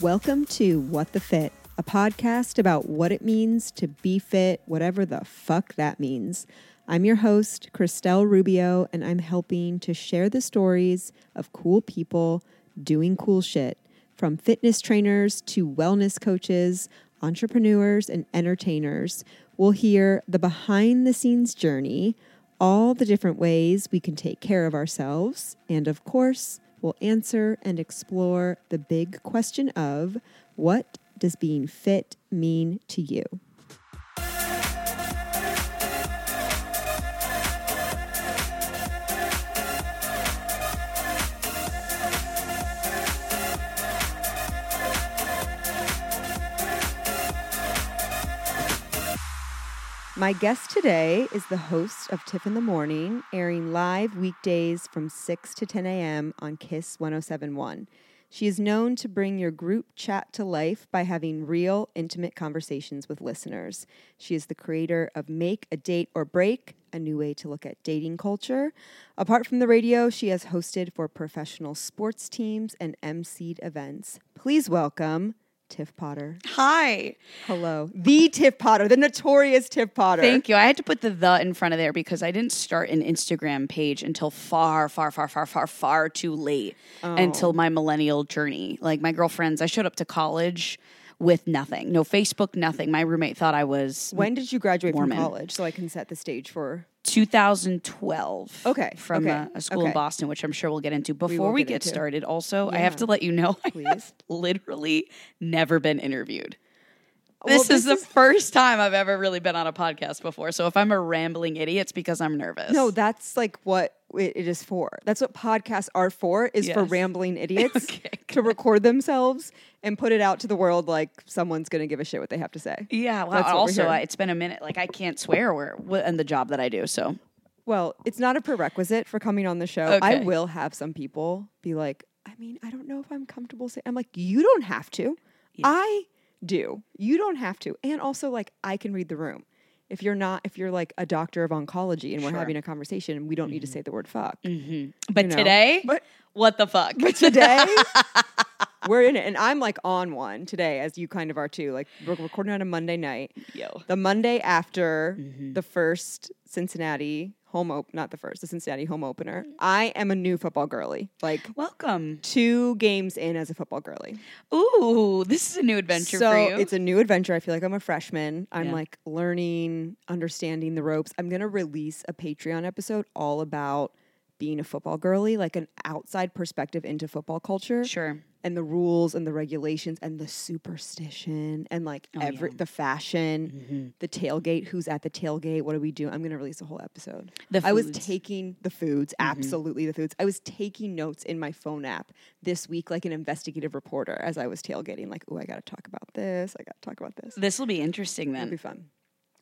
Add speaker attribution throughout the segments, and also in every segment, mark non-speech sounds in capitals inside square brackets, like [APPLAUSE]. Speaker 1: Welcome to What the Fit, a podcast about what it means to be fit, whatever the fuck that means. I'm your host, Christelle Rubio, and I'm helping to share the stories of cool people doing cool shit, from fitness trainers to wellness coaches, entrepreneurs, and entertainers. We'll hear the behind the scenes journey, all the different ways we can take care of ourselves, and of course, we'll answer and explore the big question of what does being fit mean to you? My guest today is the host of Tiff in the Morning, airing live weekdays from 6 to 10 a.m. on KISS 1071. She is known to bring your group chat to life by having real, intimate conversations with listeners. She is the creator of Make a Date or Break, a new way to look at dating culture. Apart from the radio, she has hosted for professional sports teams and emceed events. Please welcome Tiff Potter.
Speaker 2: Hi.
Speaker 1: Hello. The Tiff Potter, the notorious Tiff Potter.
Speaker 2: Thank you. I had to put the the in front of there because I didn't start an Instagram page until far, far, far, far, far, far too late
Speaker 1: Oh.
Speaker 2: until my millennial journey. Like my girlfriends, I showed up to college with nothing. No Facebook, nothing. My roommate thought I was
Speaker 1: When did you graduate
Speaker 2: Mormon.
Speaker 1: from college so I can set the stage for
Speaker 2: 2012.
Speaker 1: Okay,
Speaker 2: From
Speaker 1: okay,
Speaker 2: uh, A, a school
Speaker 1: okay.
Speaker 2: in Boston, which I'm sure we'll get into. Before
Speaker 1: will
Speaker 2: we
Speaker 1: get
Speaker 2: get,
Speaker 1: into.
Speaker 2: started, also, I have
Speaker 1: Yeah.
Speaker 2: to let you know [LAUGHS] I
Speaker 1: Please.
Speaker 2: have literally never been interviewed.
Speaker 1: Well,
Speaker 2: This is the first time I've ever really been on a podcast before. So if I'm a rambling idiot, it's because I'm nervous.
Speaker 1: No, that's like what it, it is for. That's what podcasts are for is for [LAUGHS]
Speaker 2: Yes.
Speaker 1: rambling idiots
Speaker 2: Okay,
Speaker 1: to record themselves and put it out to the world like someone's going to give a shit what they have to say.
Speaker 2: Yeah. Well,
Speaker 1: That's what we're
Speaker 2: also,
Speaker 1: hearing.
Speaker 2: I, it's been a minute. Like I can't swear where wh- and the job that I do. So
Speaker 1: Well, it's not a prerequisite for coming on the show. I
Speaker 2: Okay.
Speaker 1: will have some people be like, I mean, I don't know if I'm comfortable saying. I'm like, you don't have to. I do. You don't have to. And also, like, I can read the room. If you're not, if you're like a doctor of oncology and we're
Speaker 2: Sure. Mm-hmm. Mm.
Speaker 1: having a conversation, and we don't need to say the word fuck.
Speaker 2: [LAUGHS] but
Speaker 1: You know,
Speaker 2: today,
Speaker 1: but-
Speaker 2: what the fuck?
Speaker 1: But today, we're in it. And I'm like on one today, as you kind of are too. Like, we're recording on a Monday night.
Speaker 2: [LAUGHS] Yo.
Speaker 1: The Monday after the first Cincinnati home op- not the first, the Cincinnati home opener. I am a new football girly. Like
Speaker 2: Welcome.
Speaker 1: two games in as a football girly.
Speaker 2: Ooh, this is a new adventure
Speaker 1: so
Speaker 2: for you.
Speaker 1: it's a new adventure. I feel like I'm a freshman. I'm
Speaker 2: Yeah.
Speaker 1: like learning, understanding the ropes. I'm gonna release a Patreon episode all about being a football girly, like an outside perspective into football culture
Speaker 2: sure.
Speaker 1: and the rules and the regulations and the superstition and like
Speaker 2: Oh,
Speaker 1: every the fashion, the tailgate, who's at the tailgate, what do we do? I'm gonna release a whole episode.
Speaker 2: The
Speaker 1: I was
Speaker 2: foods.
Speaker 1: taking the foods, absolutely the foods. I was taking notes in my phone app this week, like an investigative reporter, as I was tailgating. Like, oh, I gotta talk about this. I gotta talk about this.
Speaker 2: This will be interesting
Speaker 1: It'll be
Speaker 2: then.
Speaker 1: fun.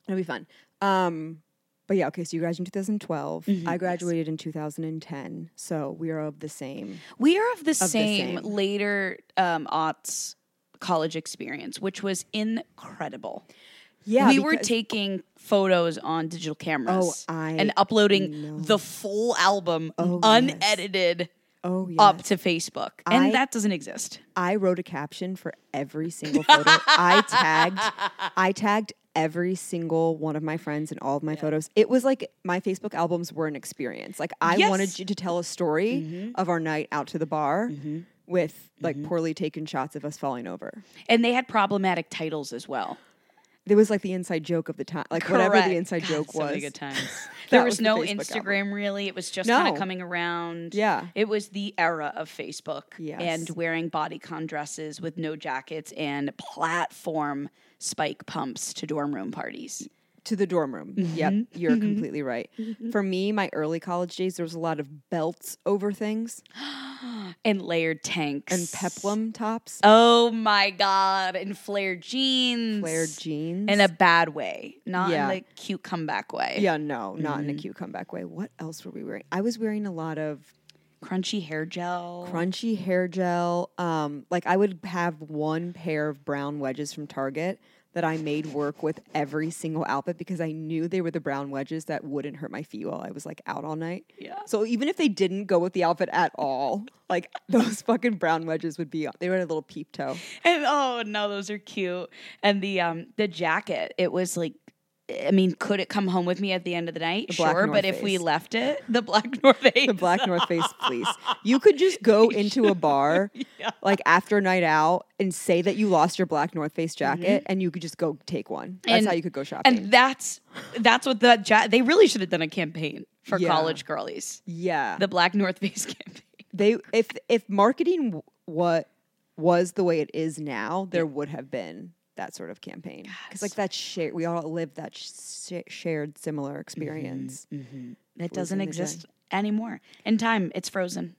Speaker 1: It'll be fun. Um, but yeah, okay. So you graduated in 2012. I graduated in 2010. So we are of the same.
Speaker 2: We are of the,
Speaker 1: the
Speaker 2: same,
Speaker 1: same.
Speaker 2: later um, aughts college experience, which was incredible.
Speaker 1: Yeah,
Speaker 2: we were
Speaker 1: because-
Speaker 2: taking photos on digital cameras
Speaker 1: Oh, I
Speaker 2: and uploading
Speaker 1: know.
Speaker 2: the full album
Speaker 1: Oh, yes.
Speaker 2: unedited
Speaker 1: oh yeah.
Speaker 2: up to Facebook. And
Speaker 1: I-
Speaker 2: that doesn't exist.
Speaker 1: I wrote a caption for every single photo. I tagged I tagged every single one of my friends in all of my photos. It was like my Facebook albums were an experience. Like I
Speaker 2: Yes. Mm-hmm.
Speaker 1: wanted you to tell a story of our night out to the bar with like poorly taken shots of us falling over.
Speaker 2: And they had problematic titles as well.
Speaker 1: It was like the inside joke of the time, like whatever the
Speaker 2: Correct.
Speaker 1: inside
Speaker 2: God,
Speaker 1: joke
Speaker 2: so
Speaker 1: was.
Speaker 2: many good times.
Speaker 1: [LAUGHS]
Speaker 2: there
Speaker 1: That
Speaker 2: was,
Speaker 1: was the
Speaker 2: no
Speaker 1: Facebook
Speaker 2: Instagram really. It was just kind
Speaker 1: No.
Speaker 2: of coming around.
Speaker 1: Yeah.
Speaker 2: It was the era of Facebook
Speaker 1: Yes.
Speaker 2: and wearing bodycon dresses with no jackets and platform spike pumps to dorm room parties.
Speaker 1: to the dorm room.
Speaker 2: Mm-hmm.
Speaker 1: Yep, you're completely right. For me, my early college days, there was a lot of belts over things
Speaker 2: And layered tanks.
Speaker 1: and peplum tops,
Speaker 2: Oh my god. And flared jeans.
Speaker 1: flared jeans,
Speaker 2: In a bad way. Not
Speaker 1: Yeah.
Speaker 2: in like cute comeback way.
Speaker 1: Yeah, no, not in a cute comeback way. What else were we wearing? I was wearing a lot of
Speaker 2: Crunchy hair gel.
Speaker 1: crunchy hair gel. Um, like I would have one pair of brown wedges from Target that I made work with every single outfit because I knew they were the brown wedges that wouldn't hurt my feet while I was like out all night.
Speaker 2: Yeah.
Speaker 1: So even if they didn't go with the outfit at all, like [LAUGHS] those fucking brown wedges would be they were a little peep toe.
Speaker 2: And oh no, those are cute. And the um the jacket, it was like I mean, could it come home with me at the end of the night?
Speaker 1: The black
Speaker 2: sure, but
Speaker 1: North
Speaker 2: if we
Speaker 1: Face.
Speaker 2: left it, the black North Face.
Speaker 1: The black North Face fleece. You could just
Speaker 2: [LAUGHS]
Speaker 1: go into a bar
Speaker 2: yeah.
Speaker 1: like after a night out and say that you lost your black North Face jacket and you could just go take one. That's
Speaker 2: Mm-hmm. And-
Speaker 1: how you could go shopping.
Speaker 2: And that's that's what that ja- they really should have done a campaign for
Speaker 1: Yeah.
Speaker 2: college girlies.
Speaker 1: yeah.
Speaker 2: The black North Face [LAUGHS] campaign.
Speaker 1: they if if marketing w- what was the way it is now, there would have been that sort of campaign because like that share we all lived that sh- shared similar experience.
Speaker 2: Mm-hmm. That doesn't
Speaker 1: in the
Speaker 2: exist anymore. In time, it's frozen.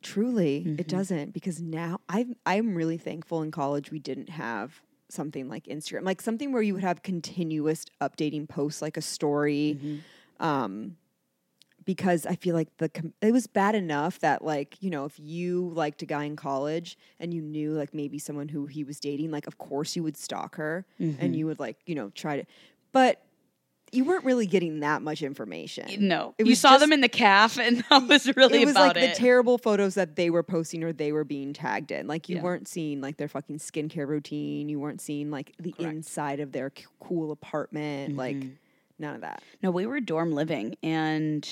Speaker 1: Truly, it doesn't because now I I'm really thankful in college we didn't have something like Instagram, like something where you would have continuous updating posts like a story. Um because I feel like the com- it was bad enough that like you know if you liked a guy in college and you knew like maybe someone who he was dating like of course you would stalk her
Speaker 2: Mm-hmm.
Speaker 1: and you would like you know try to but you weren't really getting that much information
Speaker 2: No,
Speaker 1: It
Speaker 2: you
Speaker 1: was
Speaker 2: saw
Speaker 1: just-
Speaker 2: them in the calf, and [LAUGHS] that was really
Speaker 1: it was
Speaker 2: about
Speaker 1: like
Speaker 2: it.
Speaker 1: the terrible photos that they were posting or they were being tagged in. Like you
Speaker 2: Yeah.
Speaker 1: weren't seeing like their fucking skincare routine. You weren't seeing like the
Speaker 2: Correct. Mm-hmm.
Speaker 1: inside of their c- cool apartment. Like none of that.
Speaker 2: No, we were dorm living, and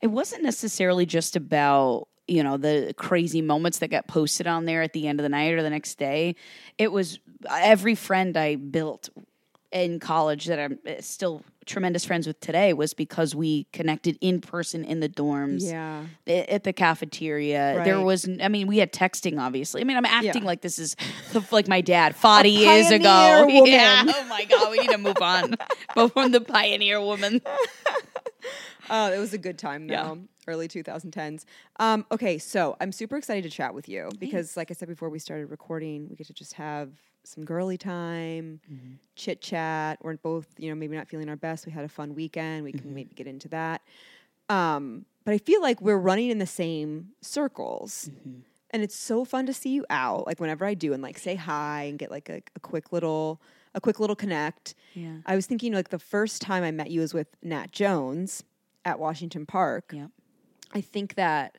Speaker 2: it wasn't necessarily just about you know the crazy moments that got posted on there at the end of the night or the next day. It was every friend I built in college that I'm uh, still tremendous friends with today was because we connected in person in the dorms
Speaker 1: Yeah.
Speaker 2: a- at the cafeteria. There
Speaker 1: Right.
Speaker 2: was, n- I mean, we had texting, obviously. I mean, I'm acting
Speaker 1: Yeah.
Speaker 2: like this is the- like my dad 40 years ago.
Speaker 1: pioneer woman.
Speaker 2: [LAUGHS] Yeah. Oh my God. We need to move on. [LAUGHS] but from the pioneer woman.
Speaker 1: Oh, it was a good time though.
Speaker 2: Yeah.
Speaker 1: Early 2010s. Um, okay, so I'm super excited to chat with you because, like I said before, we started recording. We get to just have some girly time, chit chat. We're both, you know, maybe not feeling our best. We had a fun weekend. We can maybe get into that. Um, but I feel like we're running in the same circles. And it's so fun to see you out. Like whenever I do and like say hi and get like a, a quick little a quick little connect.
Speaker 2: Yeah.
Speaker 1: I was thinking like the first time I met you was with Nat Jones at Washington Park.
Speaker 2: Yep.
Speaker 1: I think that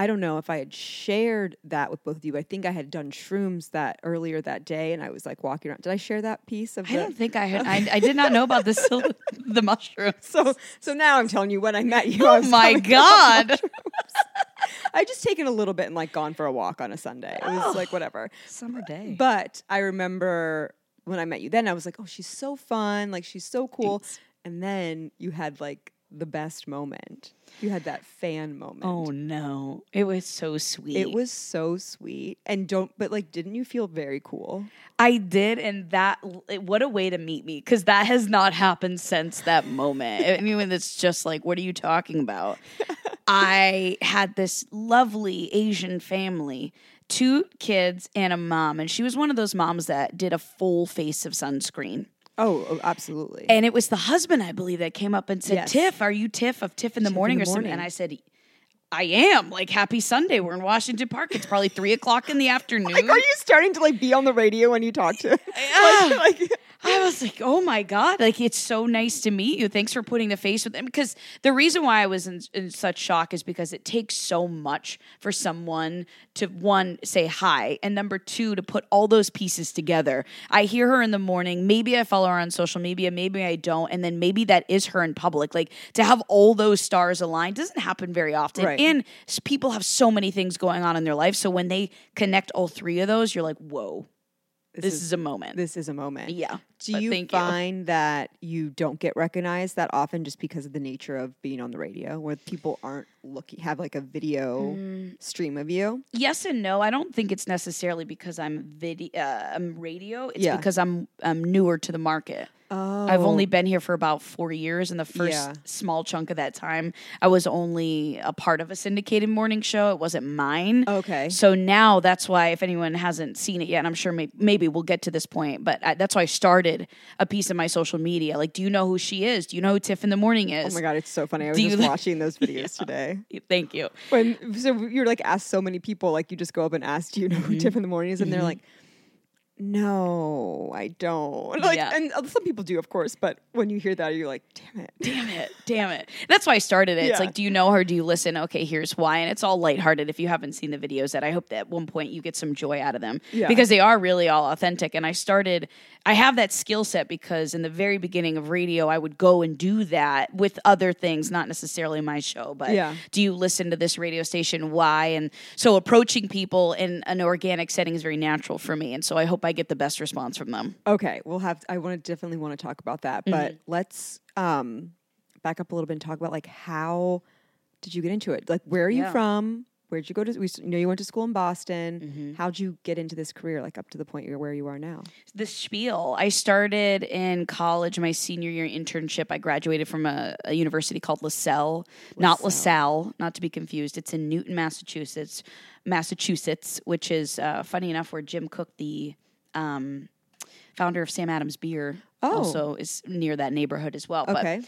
Speaker 1: I don't know if I had shared that with both of you. but I think I had done shrooms that earlier that day, and I was like walking around. Did I share that piece of?
Speaker 2: I
Speaker 1: the-
Speaker 2: don't think I had, I, I did not know about the, sil- [LAUGHS] the mushrooms.
Speaker 1: [LAUGHS] so so now I'm telling you when I met you. [LAUGHS] I
Speaker 2: Oh
Speaker 1: was
Speaker 2: my
Speaker 1: coming-
Speaker 2: God.
Speaker 1: I just taken a little bit and like gone for a walk on a Sunday. It
Speaker 2: Oh.
Speaker 1: was like whatever.
Speaker 2: [LAUGHS] Summer day.
Speaker 1: But I remember when I met you then, I was like, oh, she's so fun. Like, she's so cool. And then you had like the best moment. You had that fan moment.
Speaker 2: oh no. It was so sweet.
Speaker 1: It was so sweet. And don't, but like, didn't you feel very cool?
Speaker 2: I did, and that what a way to meet me because that has not happened since that moment. Anyone that's just like, "What are you talking
Speaker 1: [LAUGHS]
Speaker 2: about?" I had this lovely Asian family, two kids and a mom, and she was one of those moms that did a full face of sunscreen.
Speaker 1: Oh, oh, absolutely.
Speaker 2: And it was the husband, I believe, that came up and said,
Speaker 1: Yes.
Speaker 2: Tiff, are you Tiff of Tiff in the morning
Speaker 1: the
Speaker 2: or something?
Speaker 1: Morning.
Speaker 2: And I said, I am. Like, happy Sunday. We're in Washington Park. It's probably three o'clock in the afternoon.
Speaker 1: like, are you starting to like be on the radio when you talk
Speaker 2: [LAUGHS]
Speaker 1: to? [LAUGHS] like, like-
Speaker 2: I was like, oh my God, like it's so nice to meet you. Thanks for putting the face with them. Because the reason why I was in, in such shock is because it takes so much for someone to one, say hi, and number two, to put all those pieces together. I hear her in the morning. Maybe I follow her on social media. Maybe I don't. And then maybe that is her in public. Like to have all those stars aligned doesn't happen very often.
Speaker 1: Right.
Speaker 2: And s- people have so many things going on in their life. So when they connect all three of those, you're like, whoa, this, is, a moment.
Speaker 1: this is a moment.
Speaker 2: yeah.
Speaker 1: Do
Speaker 2: but
Speaker 1: you
Speaker 2: thank
Speaker 1: find that you don't get recognized that often just because of the nature of being on the radio, where people aren't looking, have like a video
Speaker 2: Mm.
Speaker 1: stream of you?
Speaker 2: yes and no. I don't think it's necessarily because I'm video, uh, I'm radio. It's
Speaker 1: Yeah.
Speaker 2: because I'm I'm newer to the market.
Speaker 1: Oh,
Speaker 2: I've only been here for about four years, and the first
Speaker 1: Yeah.
Speaker 2: small chunk of that time, I was only a part of a syndicated morning show. It wasn't mine.
Speaker 1: Oh, okay.
Speaker 2: So now that's why, if anyone hasn't seen it yet, and I'm sure may- maybe we'll get to this point, but I, that's why I started a piece of my social media. Like, do you know who she is? Do you know who Tiff in the Morning
Speaker 1: Oh
Speaker 2: is?
Speaker 1: my god, it's so funny. I was
Speaker 2: Do
Speaker 1: just
Speaker 2: you-
Speaker 1: watching
Speaker 2: [LAUGHS]
Speaker 1: those videos today.
Speaker 2: Thank you. Mm-hmm.
Speaker 1: When so you're like asked so many people, like you just go up and ask, do you know who Tiff in the morning is? And they're like, no, I don't. [LAUGHS] Like,
Speaker 2: Yeah.
Speaker 1: and uh, some people do, of course, but when you hear that, you're like, damn it.
Speaker 2: Damn it. Damn it. That's why I started it. It's
Speaker 1: Yeah.
Speaker 2: like, do you know her? Do you listen? Okay, here's why. And it's all lighthearted if you haven't seen the videos that I hope that at one point you get some joy out of them
Speaker 1: Yeah.
Speaker 2: because they are really all authentic. And I started, I have that skill set because in the very beginning of radio, I would go and do that with other things, not necessarily my show, but
Speaker 1: Yeah.
Speaker 2: do you listen to this radio station? Why? And so approaching people in an organic setting is very natural for me. And so I hope I get the best response from them.
Speaker 1: Okay, we'll have. I want to definitely want to talk about that, but
Speaker 2: Mm-hmm.
Speaker 1: let's um, back up a little bit and talk about like how did you get into it? Like, where are you
Speaker 2: Yeah.
Speaker 1: from? Where'd you go to? We s- know you went to school in Boston.
Speaker 2: Mm-hmm.
Speaker 1: How'd you get into this career? Like up to the point you're where you are now.
Speaker 2: the spiel. I started in college, my senior year internship. I graduated from a, a university called LaSalle, not LaSalle, not to be confused. It's in Newton, Massachusetts, Massachusetts, which is uh, funny enough where Jim Cook, the um, founder of Sam Adams Beer,
Speaker 1: Oh.
Speaker 2: also is near that neighborhood as well. But
Speaker 1: Okay,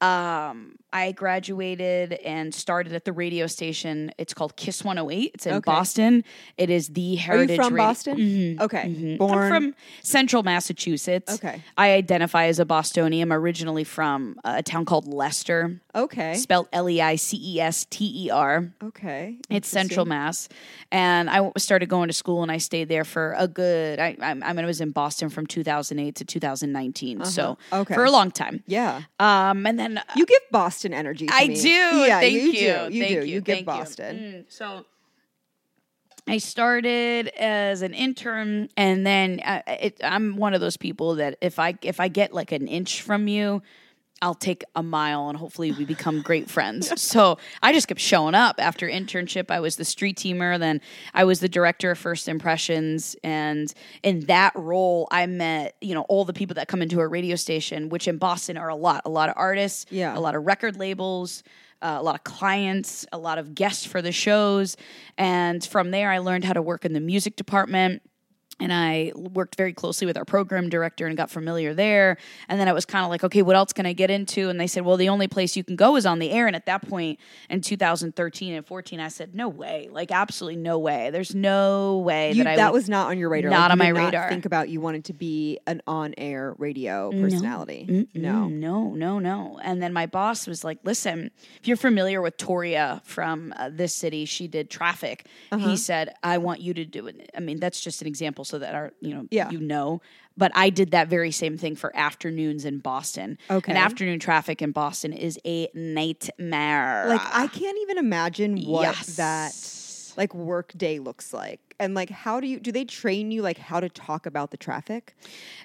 Speaker 2: um, I graduated and started at the radio station. It's called Kiss 108. It's in
Speaker 1: Okay.
Speaker 2: Boston. It is the
Speaker 1: are you
Speaker 2: heritage.
Speaker 1: from
Speaker 2: radio-
Speaker 1: Boston?
Speaker 2: Mm-hmm.
Speaker 1: Okay,
Speaker 2: I'm
Speaker 1: born.
Speaker 2: from central Massachusetts.
Speaker 1: Okay.
Speaker 2: I identify as a Bostonian. I'm originally from uh, a town called Leicester,
Speaker 1: okay,
Speaker 2: spelled L E I C E S T E R.
Speaker 1: okay.
Speaker 2: It's Central Mass, and I w- started going to school, and I stayed there for a good. I, I, I mean, I was in Boston from 2008 to 2019, so
Speaker 1: Uh-huh. Okay.
Speaker 2: for a long time.
Speaker 1: Yeah,
Speaker 2: Um, and then
Speaker 1: you give Boston energy. to
Speaker 2: I
Speaker 1: me.
Speaker 2: do.
Speaker 1: Yeah,
Speaker 2: Thank
Speaker 1: you,
Speaker 2: you.
Speaker 1: do. You
Speaker 2: Thank
Speaker 1: do.
Speaker 2: You,
Speaker 1: You, give
Speaker 2: Thank
Speaker 1: Boston.
Speaker 2: Mm, so I started as an intern, and then uh, it, I'm one of those people that if I if I get like an inch from you. I'll take a mile and hopefully we become great friends.
Speaker 1: [LAUGHS]
Speaker 2: So I just kept showing up after internship. I was the street teamer, then I was the director of first impressions. And in that role, I met, you know, all the people that come into a radio station, which in Boston are a lot, a lot of artists,
Speaker 1: Yeah.
Speaker 2: a lot of record labels, uh, a lot of clients, a lot of guests for the shows. And from there, I learned how to work in the music department. And I worked very closely with our program director and got familiar there. And then I was kind of like, okay, what else can I get into? And they said, well, the only place you can go is on the air. And at that point in 2013 and 14, I said, no way. Like, absolutely no way. There's no way
Speaker 1: You-
Speaker 2: that I
Speaker 1: that,
Speaker 2: would-
Speaker 1: was not on your radar.
Speaker 2: Not
Speaker 1: Like,
Speaker 2: on
Speaker 1: you
Speaker 2: my
Speaker 1: did not
Speaker 2: radar.
Speaker 1: Think about you wanted to be an on-air radio personality.
Speaker 2: Mm, no, no, no. And then my boss was like, listen, if you're familiar with Toria from uh, this city, she did traffic.
Speaker 1: Uh-huh.
Speaker 2: He said, I want you to do it. I mean, that's just an example so that our, you know,
Speaker 1: Yeah.
Speaker 2: you know. But I did that very same thing for afternoons in Boston.
Speaker 1: Okay.
Speaker 2: And afternoon traffic in Boston is a nightmare.
Speaker 1: Like I can't even imagine what
Speaker 2: Yes.
Speaker 1: that like work day looks like. And like how do you do they train you like how to talk about the traffic?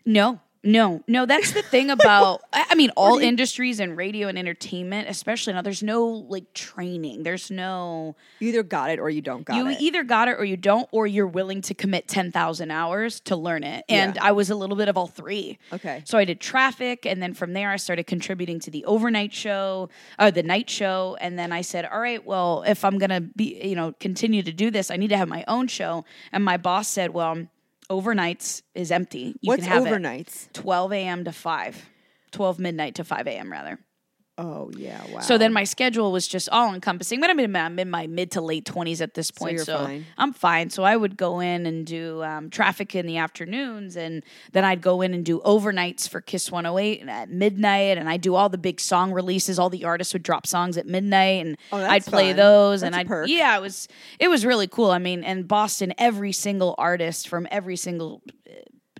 Speaker 2: No, no, no. That's the
Speaker 1: [LAUGHS]
Speaker 2: thing about, I I mean, all industries and radio and entertainment, especially now, there's no like training. There's no,
Speaker 1: You either got it or you don't got
Speaker 2: you e-
Speaker 1: it.
Speaker 2: either got it or you don't, or you're willing to commit 10,000 hours to learn it. And
Speaker 1: Yeah.
Speaker 2: I was a little bit of all three.
Speaker 1: okay.
Speaker 2: So I did traffic, and then from there I started contributing to the overnight show, or the night show, and then I said, "All right, well, if I'm gonna be, you know, continue to do this, I need to have my own show." And my boss said, "Well, overnights is empty. You
Speaker 1: What's
Speaker 2: can have it
Speaker 1: overnights?
Speaker 2: 12 a.m. to 5, 12 midnight to 5 a.m. rather."
Speaker 1: Oh yeah, wow.
Speaker 2: So then my schedule was just all encompassing. But I'm in, my- I'm in my mid to late 20s at this point.
Speaker 1: you're
Speaker 2: So,
Speaker 1: fine.
Speaker 2: I'm fine. So I would go in and do um, traffic in the afternoons. And then I'd go in and do overnights for Kiss 108 and at midnight. And I'd do all the big song releases. All the artists would drop songs at midnight. And
Speaker 1: Oh, that's
Speaker 2: I'd play
Speaker 1: fun.
Speaker 2: those.
Speaker 1: That's
Speaker 2: and
Speaker 1: a
Speaker 2: I'd,
Speaker 1: perk.
Speaker 2: yeah, it was, it was really cool. I mean, in Boston, every single artist from every single uh,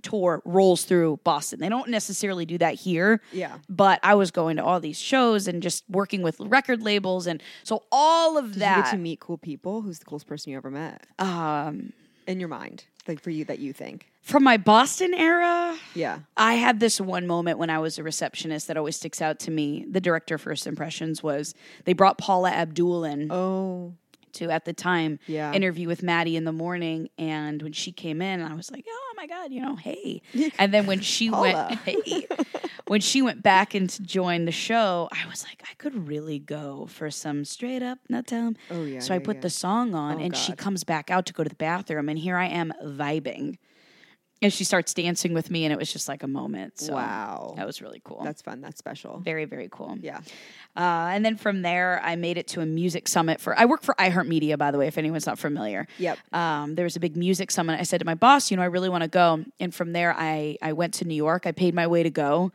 Speaker 2: tour rolls through Boston. They don't necessarily do that here
Speaker 1: yeah.
Speaker 2: but I was going to all these shows and just working with record labels, and so all of
Speaker 1: Did you get
Speaker 2: that.
Speaker 1: to meet cool people? Who's the coolest person you ever met?
Speaker 2: um,
Speaker 1: In your mind. Like for you that you think.
Speaker 2: from my Boston era,
Speaker 1: Yeah.
Speaker 2: I had this one moment when I was a receptionist that always sticks out to me. The director of First Impressions was they brought Paula Abdul in
Speaker 1: Oh
Speaker 2: to at the time
Speaker 1: yeah.
Speaker 2: interview with Maddie in the morning, and when she came in, I was like, oh my god, you
Speaker 1: [LAUGHS]
Speaker 2: know, hey. And then when she went, [LAUGHS]
Speaker 1: Paula. [LAUGHS]
Speaker 2: hey, when she went back and to join the show, I was like, I could really go for some straight up, not tell 'em.
Speaker 1: oh yeah.
Speaker 2: So I
Speaker 1: yeah,
Speaker 2: put
Speaker 1: yeah.
Speaker 2: the song on,
Speaker 1: Oh,
Speaker 2: and she
Speaker 1: God.
Speaker 2: comes back out to go to the bathroom, and here I am vibing. and she starts dancing with me, and it was just like a moment. So
Speaker 1: wow.
Speaker 2: that was really cool.
Speaker 1: That's fun. That's special.
Speaker 2: very very cool.
Speaker 1: Yeah.
Speaker 2: Uh, and then from there, I made it to a music summit for. I work for iHeartMedia, by the way, if anyone's not familiar.
Speaker 1: Yep.
Speaker 2: Um, there was a big music summit. I said to my boss, you know, I really want to go. And from there, I I went to New York. I paid my way to go,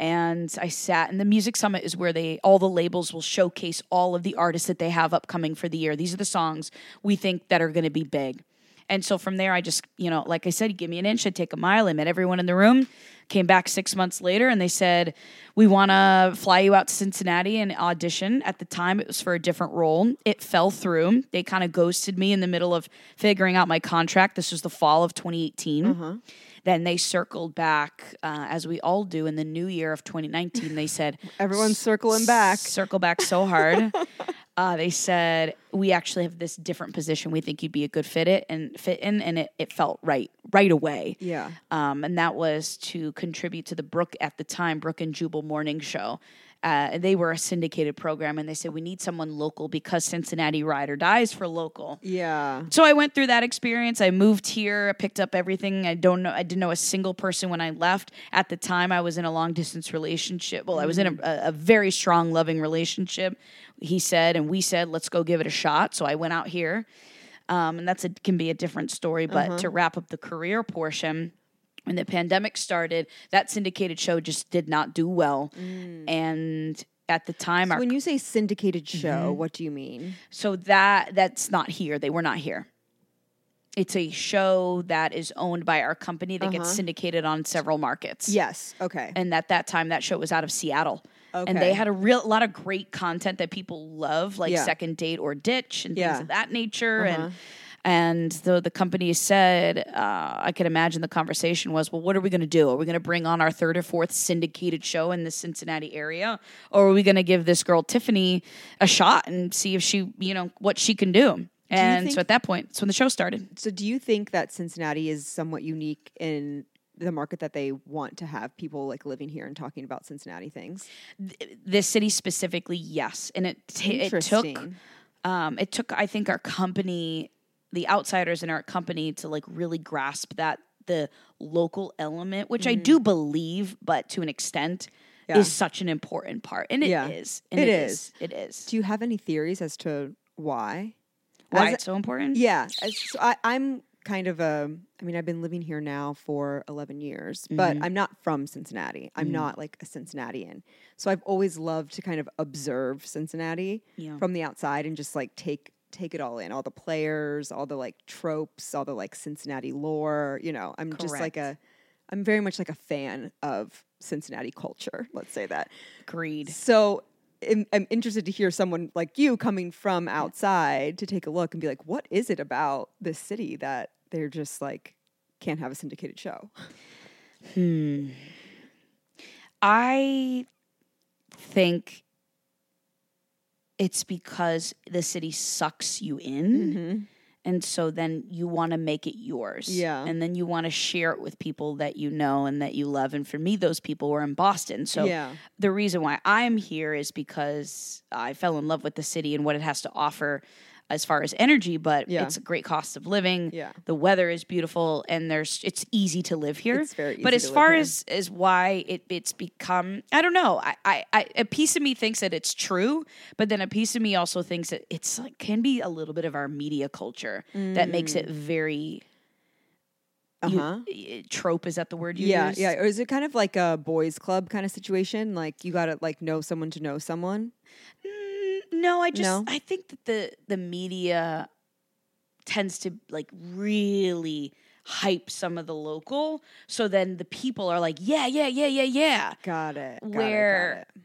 Speaker 2: and I sat. And the music summit is where they all the labels will showcase all of the artists that they have upcoming for the year. These are the songs we think that are going to be big. And so from there, I just, you know, like I said, give me an inch, I take a mile. I met everyone in the room, came back six months later, and they said, We want to fly you out to Cincinnati and audition. At the time, it was for a different role. It fell through. They kind of ghosted me in the middle of figuring out my contract. This was the fall of 2018. Then they circled back, uh, as we all do in the new year of 2019. They said,
Speaker 1: Everyone's circling back.
Speaker 2: Circle back so hard. uh, they said we actually have this different position. We think you'd be a good fit it and fit in, and it, it felt right right away.
Speaker 1: Yeah.
Speaker 2: Um, and that was to contribute to the Brook at the time Brook and Jubal Morning Show. Uh, they were a syndicated program, and they said we need someone local because Cincinnati Ride or Dies for local.
Speaker 1: Yeah.
Speaker 2: So I went through that experience. I moved here, I picked up everything. I don't know. I didn't know a single person when I left. At the time, I was in a long distance relationship. Well, I was in a, a, a very strong, loving relationship. He said, and we said, let's go give it a shot. So I went out here, um, and that's a, can be a different story. But to wrap up the career portion. When the pandemic started, that syndicated show just did not do well. And at the time, our
Speaker 1: When you say syndicated show, what do you mean?
Speaker 2: so that that's not here. They were not here. It's a show that is owned by our company that gets syndicated on several markets.
Speaker 1: Yes. Okay.
Speaker 2: And at that time, that show was out of Seattle. And
Speaker 1: Okay.
Speaker 2: they had a real a lot of great content that people love, like
Speaker 1: Yeah.
Speaker 2: Second Date or Ditch and
Speaker 1: Yeah. Uh-huh.
Speaker 2: things of that nature. And and so the company said, uh, I could imagine the conversation was, well, what are we going to do? Are we going to bring on our third or fourth syndicated show in the Cincinnati area, or are we going to give this girl Tiffany a shot and see if she, you know, what she can do? And
Speaker 1: think-
Speaker 2: so at that point, that's when the show started.
Speaker 1: so, do you think that Cincinnati is somewhat unique in the market that they want to have people like living here and talking about Cincinnati things?
Speaker 2: This city specifically, yes, and it t- it took
Speaker 1: Interesting.
Speaker 2: um, it took i think our company the outsiders in our company to like really grasp that the local element which i do believe but to an extent
Speaker 1: Mm-hmm. Yeah.
Speaker 2: is such an important part and it is.
Speaker 1: Yeah.
Speaker 2: and
Speaker 1: It
Speaker 2: it is
Speaker 1: Do you have any theories as to why?
Speaker 2: why
Speaker 1: As-
Speaker 2: it's so important
Speaker 1: Yeah. as- So I, I'm kind of a, I mean, I've been living here now for 11 years, but
Speaker 2: Mm-hmm.
Speaker 1: I'm not from Cincinnati.
Speaker 2: Mm.
Speaker 1: I'm not like a Cincinnatian. So I've always loved to kind of observe Cincinnati
Speaker 2: Yeah.
Speaker 1: from the outside and just like take take it all in all the players all the like tropes all the like cincinnati lore you know i'm just like a
Speaker 2: Correct.
Speaker 1: i'm very much like a fan of cincinnati culture let's say that
Speaker 2: agreed
Speaker 1: so I'm, I'm interested to hear someone like you coming from outside to take a look and be like, what is it about this city that they're just like can't have a syndicated show? Hmm.
Speaker 2: i think it's because the city sucks you in
Speaker 1: Mm-hmm.
Speaker 2: And so then you want to make it yours.
Speaker 1: Yeah.
Speaker 2: And then you want to share it with people that you know and that you love. And for me, those people were in Boston. So
Speaker 1: yeah,
Speaker 2: the reason why I'm here is because I fell in love with the city and what it has to offer as far as energy, but
Speaker 1: Yeah.
Speaker 2: it's a great cost of living.
Speaker 1: Yeah.
Speaker 2: The weather is beautiful and there's it's easy to live here.
Speaker 1: It's very
Speaker 2: but
Speaker 1: easy
Speaker 2: as
Speaker 1: to live
Speaker 2: far
Speaker 1: here.
Speaker 2: as as why it, it's become I don't know. I, I, I a piece of me thinks that it's true, but then a piece of me also thinks that it's like can be a little bit of our media culture that makes
Speaker 1: Mm.
Speaker 2: it very you-
Speaker 1: Uh-huh.
Speaker 2: eh, trope is that the word you
Speaker 1: yeah,
Speaker 2: use?
Speaker 1: yeah. Or is it kind of like a boys' club kind of situation? Like you gotta like know someone to know someone.
Speaker 2: Mm, no, I just
Speaker 1: No?
Speaker 2: I think that the the media tends to like really hype some of the local, so then the people are like, yeah, yeah, yeah, yeah, yeah.
Speaker 1: Got it. got it, got
Speaker 2: Where-
Speaker 1: it.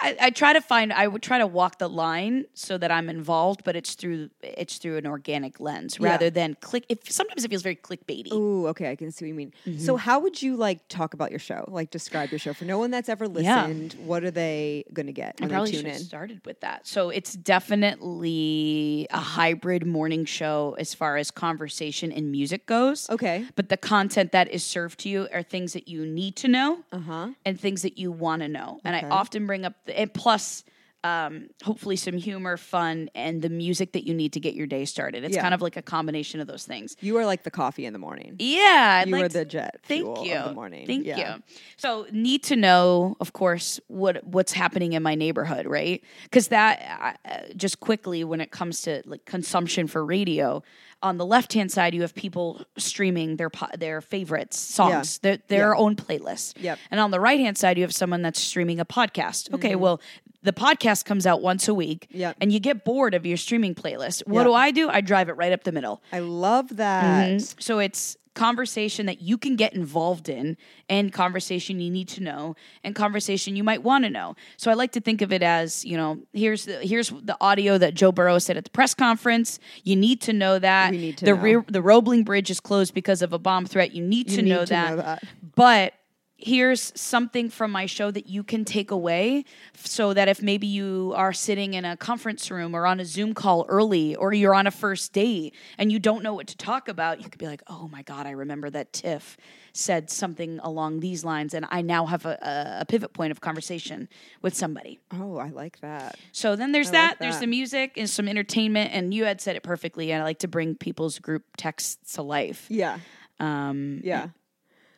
Speaker 2: I, I try to find I would try to walk the line so that I'm involved, but it's through it's through an organic lens
Speaker 1: Yeah.
Speaker 2: rather than click. If sometimes it feels very clickbaity.
Speaker 1: Ooh, okay, I can see what you mean. So, how would you like talk about your show? Like, describe your show for no one that's ever
Speaker 2: Yeah.
Speaker 1: listened. What are they gonna get
Speaker 2: I
Speaker 1: when
Speaker 2: probably
Speaker 1: they tune
Speaker 2: should have
Speaker 1: in?
Speaker 2: started with that. So it's definitely a hybrid morning show as far as conversation and music goes.
Speaker 1: Okay.
Speaker 2: But the content that is served to you are things that you need to know
Speaker 1: Uh huh.
Speaker 2: and things that you want to know. And
Speaker 1: Okay.
Speaker 2: I often bring up the and plus um, hopefully some humor, fun, and the music that you need to get your day started. It's
Speaker 1: Yeah.
Speaker 2: kind of like a combination of those things.
Speaker 1: You are like the coffee in the morning.
Speaker 2: Yeah, I'd
Speaker 1: you
Speaker 2: like
Speaker 1: are
Speaker 2: to-
Speaker 1: the jet
Speaker 2: Thank
Speaker 1: fuel
Speaker 2: you.
Speaker 1: of the morning.
Speaker 2: Thank
Speaker 1: Yeah.
Speaker 2: you. So need to know, of course, what what's happening in my neighborhood, right? Because that uh, uh, just quickly when it comes to like consumption for radio, on the left hand side you have people streaming their po- their favorites songs, their their own playlists.
Speaker 1: Yep.
Speaker 2: And on the right hand side you have someone that's streaming a podcast. Okay, well. The podcast comes out once a week,
Speaker 1: Mm-hmm. Yep.
Speaker 2: and you get bored of your streaming playlist. What
Speaker 1: Yep.
Speaker 2: do I do? I drive it right up the middle.
Speaker 1: I love that.
Speaker 2: Mhm. So it's conversation that you can get involved in and conversation you need to know and conversation you might want to know. So I like to think of it as, you know, here's the here's the audio that Joe Burrow said at the press conference. You need to know that.
Speaker 1: We need to
Speaker 2: the
Speaker 1: know.
Speaker 2: the Roebling Bridge is closed because of a bomb threat. You need, to,
Speaker 1: need
Speaker 2: know,
Speaker 1: to
Speaker 2: that.
Speaker 1: know that.
Speaker 2: But here's something from my show that you can take away f- so that if maybe you are sitting in a conference room or on a Zoom call early or you're on a first date and you don't know what to talk about, you could be like, oh my God, I remember that Tiff said something along these lines and I now have a, a, a pivot point of conversation with somebody.
Speaker 1: Oh, I like that.
Speaker 2: So then there's
Speaker 1: I
Speaker 2: that,
Speaker 1: like
Speaker 2: There's
Speaker 1: that.
Speaker 2: the music and some entertainment. And you had said it perfectly. I like to bring people's group texts to life
Speaker 1: Yeah.
Speaker 2: um,
Speaker 1: Yeah.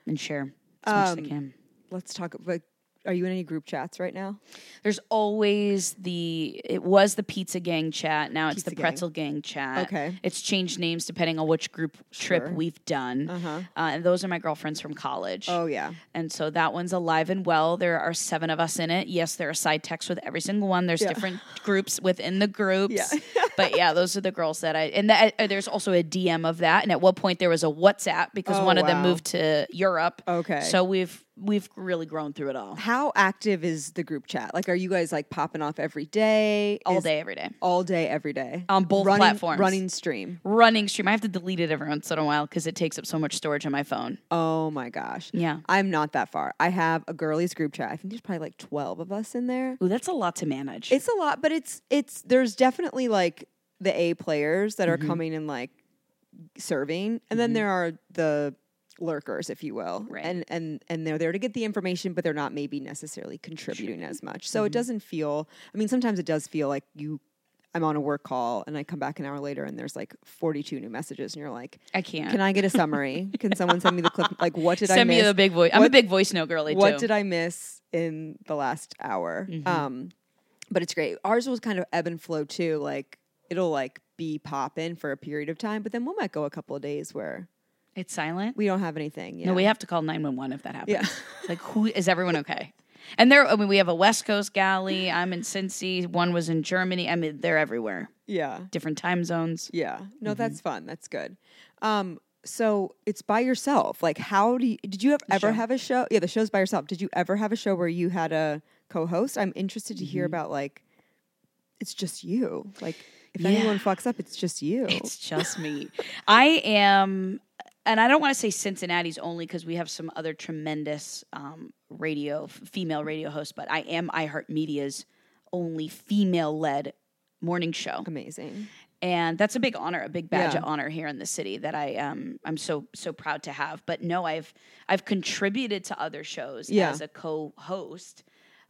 Speaker 2: and share as much as they
Speaker 1: Um,
Speaker 2: can.
Speaker 1: Let's talk about are you in any group chats right now?
Speaker 2: There's always the it was the pizza gang chat. Now it's the
Speaker 1: Pizza gang.
Speaker 2: pretzel gang, chat.
Speaker 1: Okay.
Speaker 2: it's changed names depending on which group trip
Speaker 1: Sure.
Speaker 2: we've done.
Speaker 1: Uh-huh.
Speaker 2: Uh, and those are my girlfriends from college.
Speaker 1: Oh yeah.
Speaker 2: And so that one's alive and well. There are seven of us in it. Yes, there are side texts with every single one. There's
Speaker 1: Yeah.
Speaker 2: different groups within the groups.
Speaker 1: Yeah.
Speaker 2: [LAUGHS] but yeah, those are the girls that I and that, uh, there's also a DM of that. And at one point there was a WhatsApp because
Speaker 1: Oh,
Speaker 2: one of them
Speaker 1: wow.
Speaker 2: moved to Europe.
Speaker 1: Okay.
Speaker 2: So we've we've really grown through it all,
Speaker 1: how active is the group chat? Like are you guys like popping off every day?
Speaker 2: all
Speaker 1: Is-
Speaker 2: day, every day.
Speaker 1: All day, every day.
Speaker 2: On both
Speaker 1: running,
Speaker 2: platforms.
Speaker 1: Running stream.
Speaker 2: running stream. I have to delete it every once in a while because it takes up so much storage on my phone.
Speaker 1: Oh my gosh.
Speaker 2: Yeah.
Speaker 1: I'm not that far. I have a girlies group chat. I think there's probably like 12 of us in there.
Speaker 2: Ooh, that's a lot to manage.
Speaker 1: It's a lot, but it's it's there's definitely like the A players that are
Speaker 2: Mhm.
Speaker 1: coming and like serving, and then
Speaker 2: Mhm.
Speaker 1: there are the lurkers, if you will,
Speaker 2: Right.
Speaker 1: and and and they're there to get the information, but they're not maybe necessarily contributing as much. So it
Speaker 2: Mhm.
Speaker 1: doesn't feel. I mean, sometimes it does feel like you. I'm on a work call and I come back an hour later and there's like 42 new messages and you're like,
Speaker 2: I can't.
Speaker 1: can I get a summary? Can someone send me the clip? Like, what did I
Speaker 2: [LAUGHS] Send
Speaker 1: miss?
Speaker 2: me the big voice. I'm a
Speaker 1: What-
Speaker 2: big voice note girly
Speaker 1: what
Speaker 2: too.
Speaker 1: did I miss in the last hour?
Speaker 2: Mhm.
Speaker 1: Um, but it's great. Ours was kind of ebb and flow too. Like it'll like be poppin' for a period of time, but then we might go a couple of days where
Speaker 2: it's silent.
Speaker 1: we don't have anything. Yeah.
Speaker 2: No, we have to call nine one one if that happens.
Speaker 1: yeah.
Speaker 2: [LAUGHS] Like, who is everyone okay? And there, I mean, we have a West Coast galley. I'm in Cincy. One was in Germany. I mean, they're everywhere.
Speaker 1: yeah.
Speaker 2: Different time zones.
Speaker 1: Yeah.
Speaker 2: Mm-hmm.
Speaker 1: No, that's fun. That's good. Um, so it's by yourself. Like how do you did you ever, ever
Speaker 2: show.
Speaker 1: have a show? Yeah, the show's by yourself. Did you ever have a show where you had a co-host? I'm interested to
Speaker 2: Mm-hmm.
Speaker 1: hear about like it's just you. Like if anyone
Speaker 2: Yeah.
Speaker 1: fucks up, it's just you.
Speaker 2: It's just me. I am, and I don't want to say Cincinnati's only because we have some other tremendous um, radio, f- female radio hosts, but I am iHeartMedia's only female led morning show.
Speaker 1: Amazing.
Speaker 2: And that's a big honor, a big badge
Speaker 1: Yeah.
Speaker 2: of honor here in the city that I um I'm so so proud to have. But no, I've I've contributed to other shows
Speaker 1: Yeah.
Speaker 2: as a co-host,